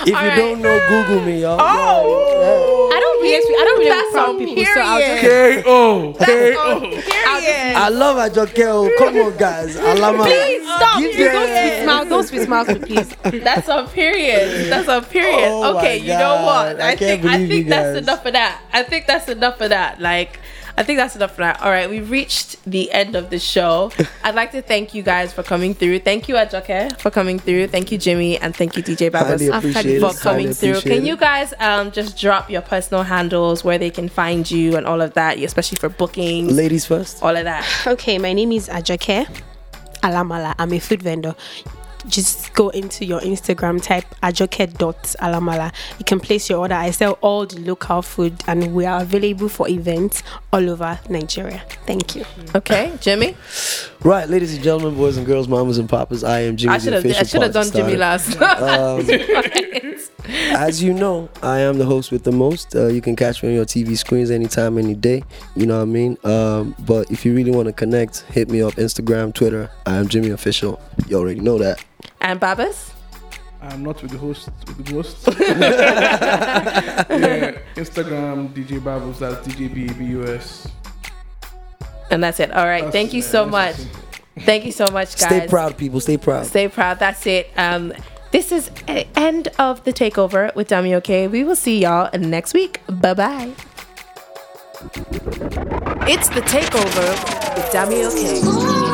If you
Alright.
don't know, Google me, y'all.
Oh,
I don't really. I don't really
That's
proud
on
people.
period.
So I'll just.
K.O.
That's on
K.O.
period.
I love Ajoke. oh. Come on, guys. Alama.
Please stop.
Give
You
them-
don't
Smile, don't spit smile, to me, please.
That's a period. That's a period.
Oh my
okay, you know what?
God. I
I,
can't
think I
believe
think
you
that's
guys.
enough of that. I think that's enough of that. Like I think that's enough of that. All right, we've reached the end of
*laughs*
the show. I'd like to thank you guys for coming through. Thank you, Ajoke, for coming through. Thank you, Jimmy, and thank you, DJ
Highly
Babas,
appreciate
for
it.
coming
Highly
through.
appreciate
Can you
it.
guys um, just drop your personal handles where they can find you and all of that, especially for bookings,
Ladies first.
all of that?
Okay, my name is Ajake Alamala. I'm a food vendor. Just go into your Instagram, type ajoke.alamala. You can place your order. I sell all the local food and we are available for events all over Nigeria. Thank you.
Okay, Jimmy.
Right, ladies and gentlemen, boys and girls, mamas and papas, I am Jimmy.
I should have
the
I
official Um,
should have done
party
Jimmy
starter.
last. *laughs*
As you know, I am the host with the most. Uh, you can catch me on your TV screens anytime, any day. You know what I mean? Um, but if you really want to connect, hit me up Instagram, Twitter. I am Jimmy Official. You already know that.
and Babas.
I'm not with the host. With
*laughs*
the host. yeah, Instagram DJ Babbles. That's DJ BBUS.
And that's it. All right.
That's-
Thank you so
yeah,
much.
that's
Thank you so much, guys.
Stay proud, people. Stay proud.
Stay proud. That's it. Um, this is a- end of the takeover with Dummy OK. We will see y'all next week. Bye bye. It's the takeover with Dummy OK.
Ooh.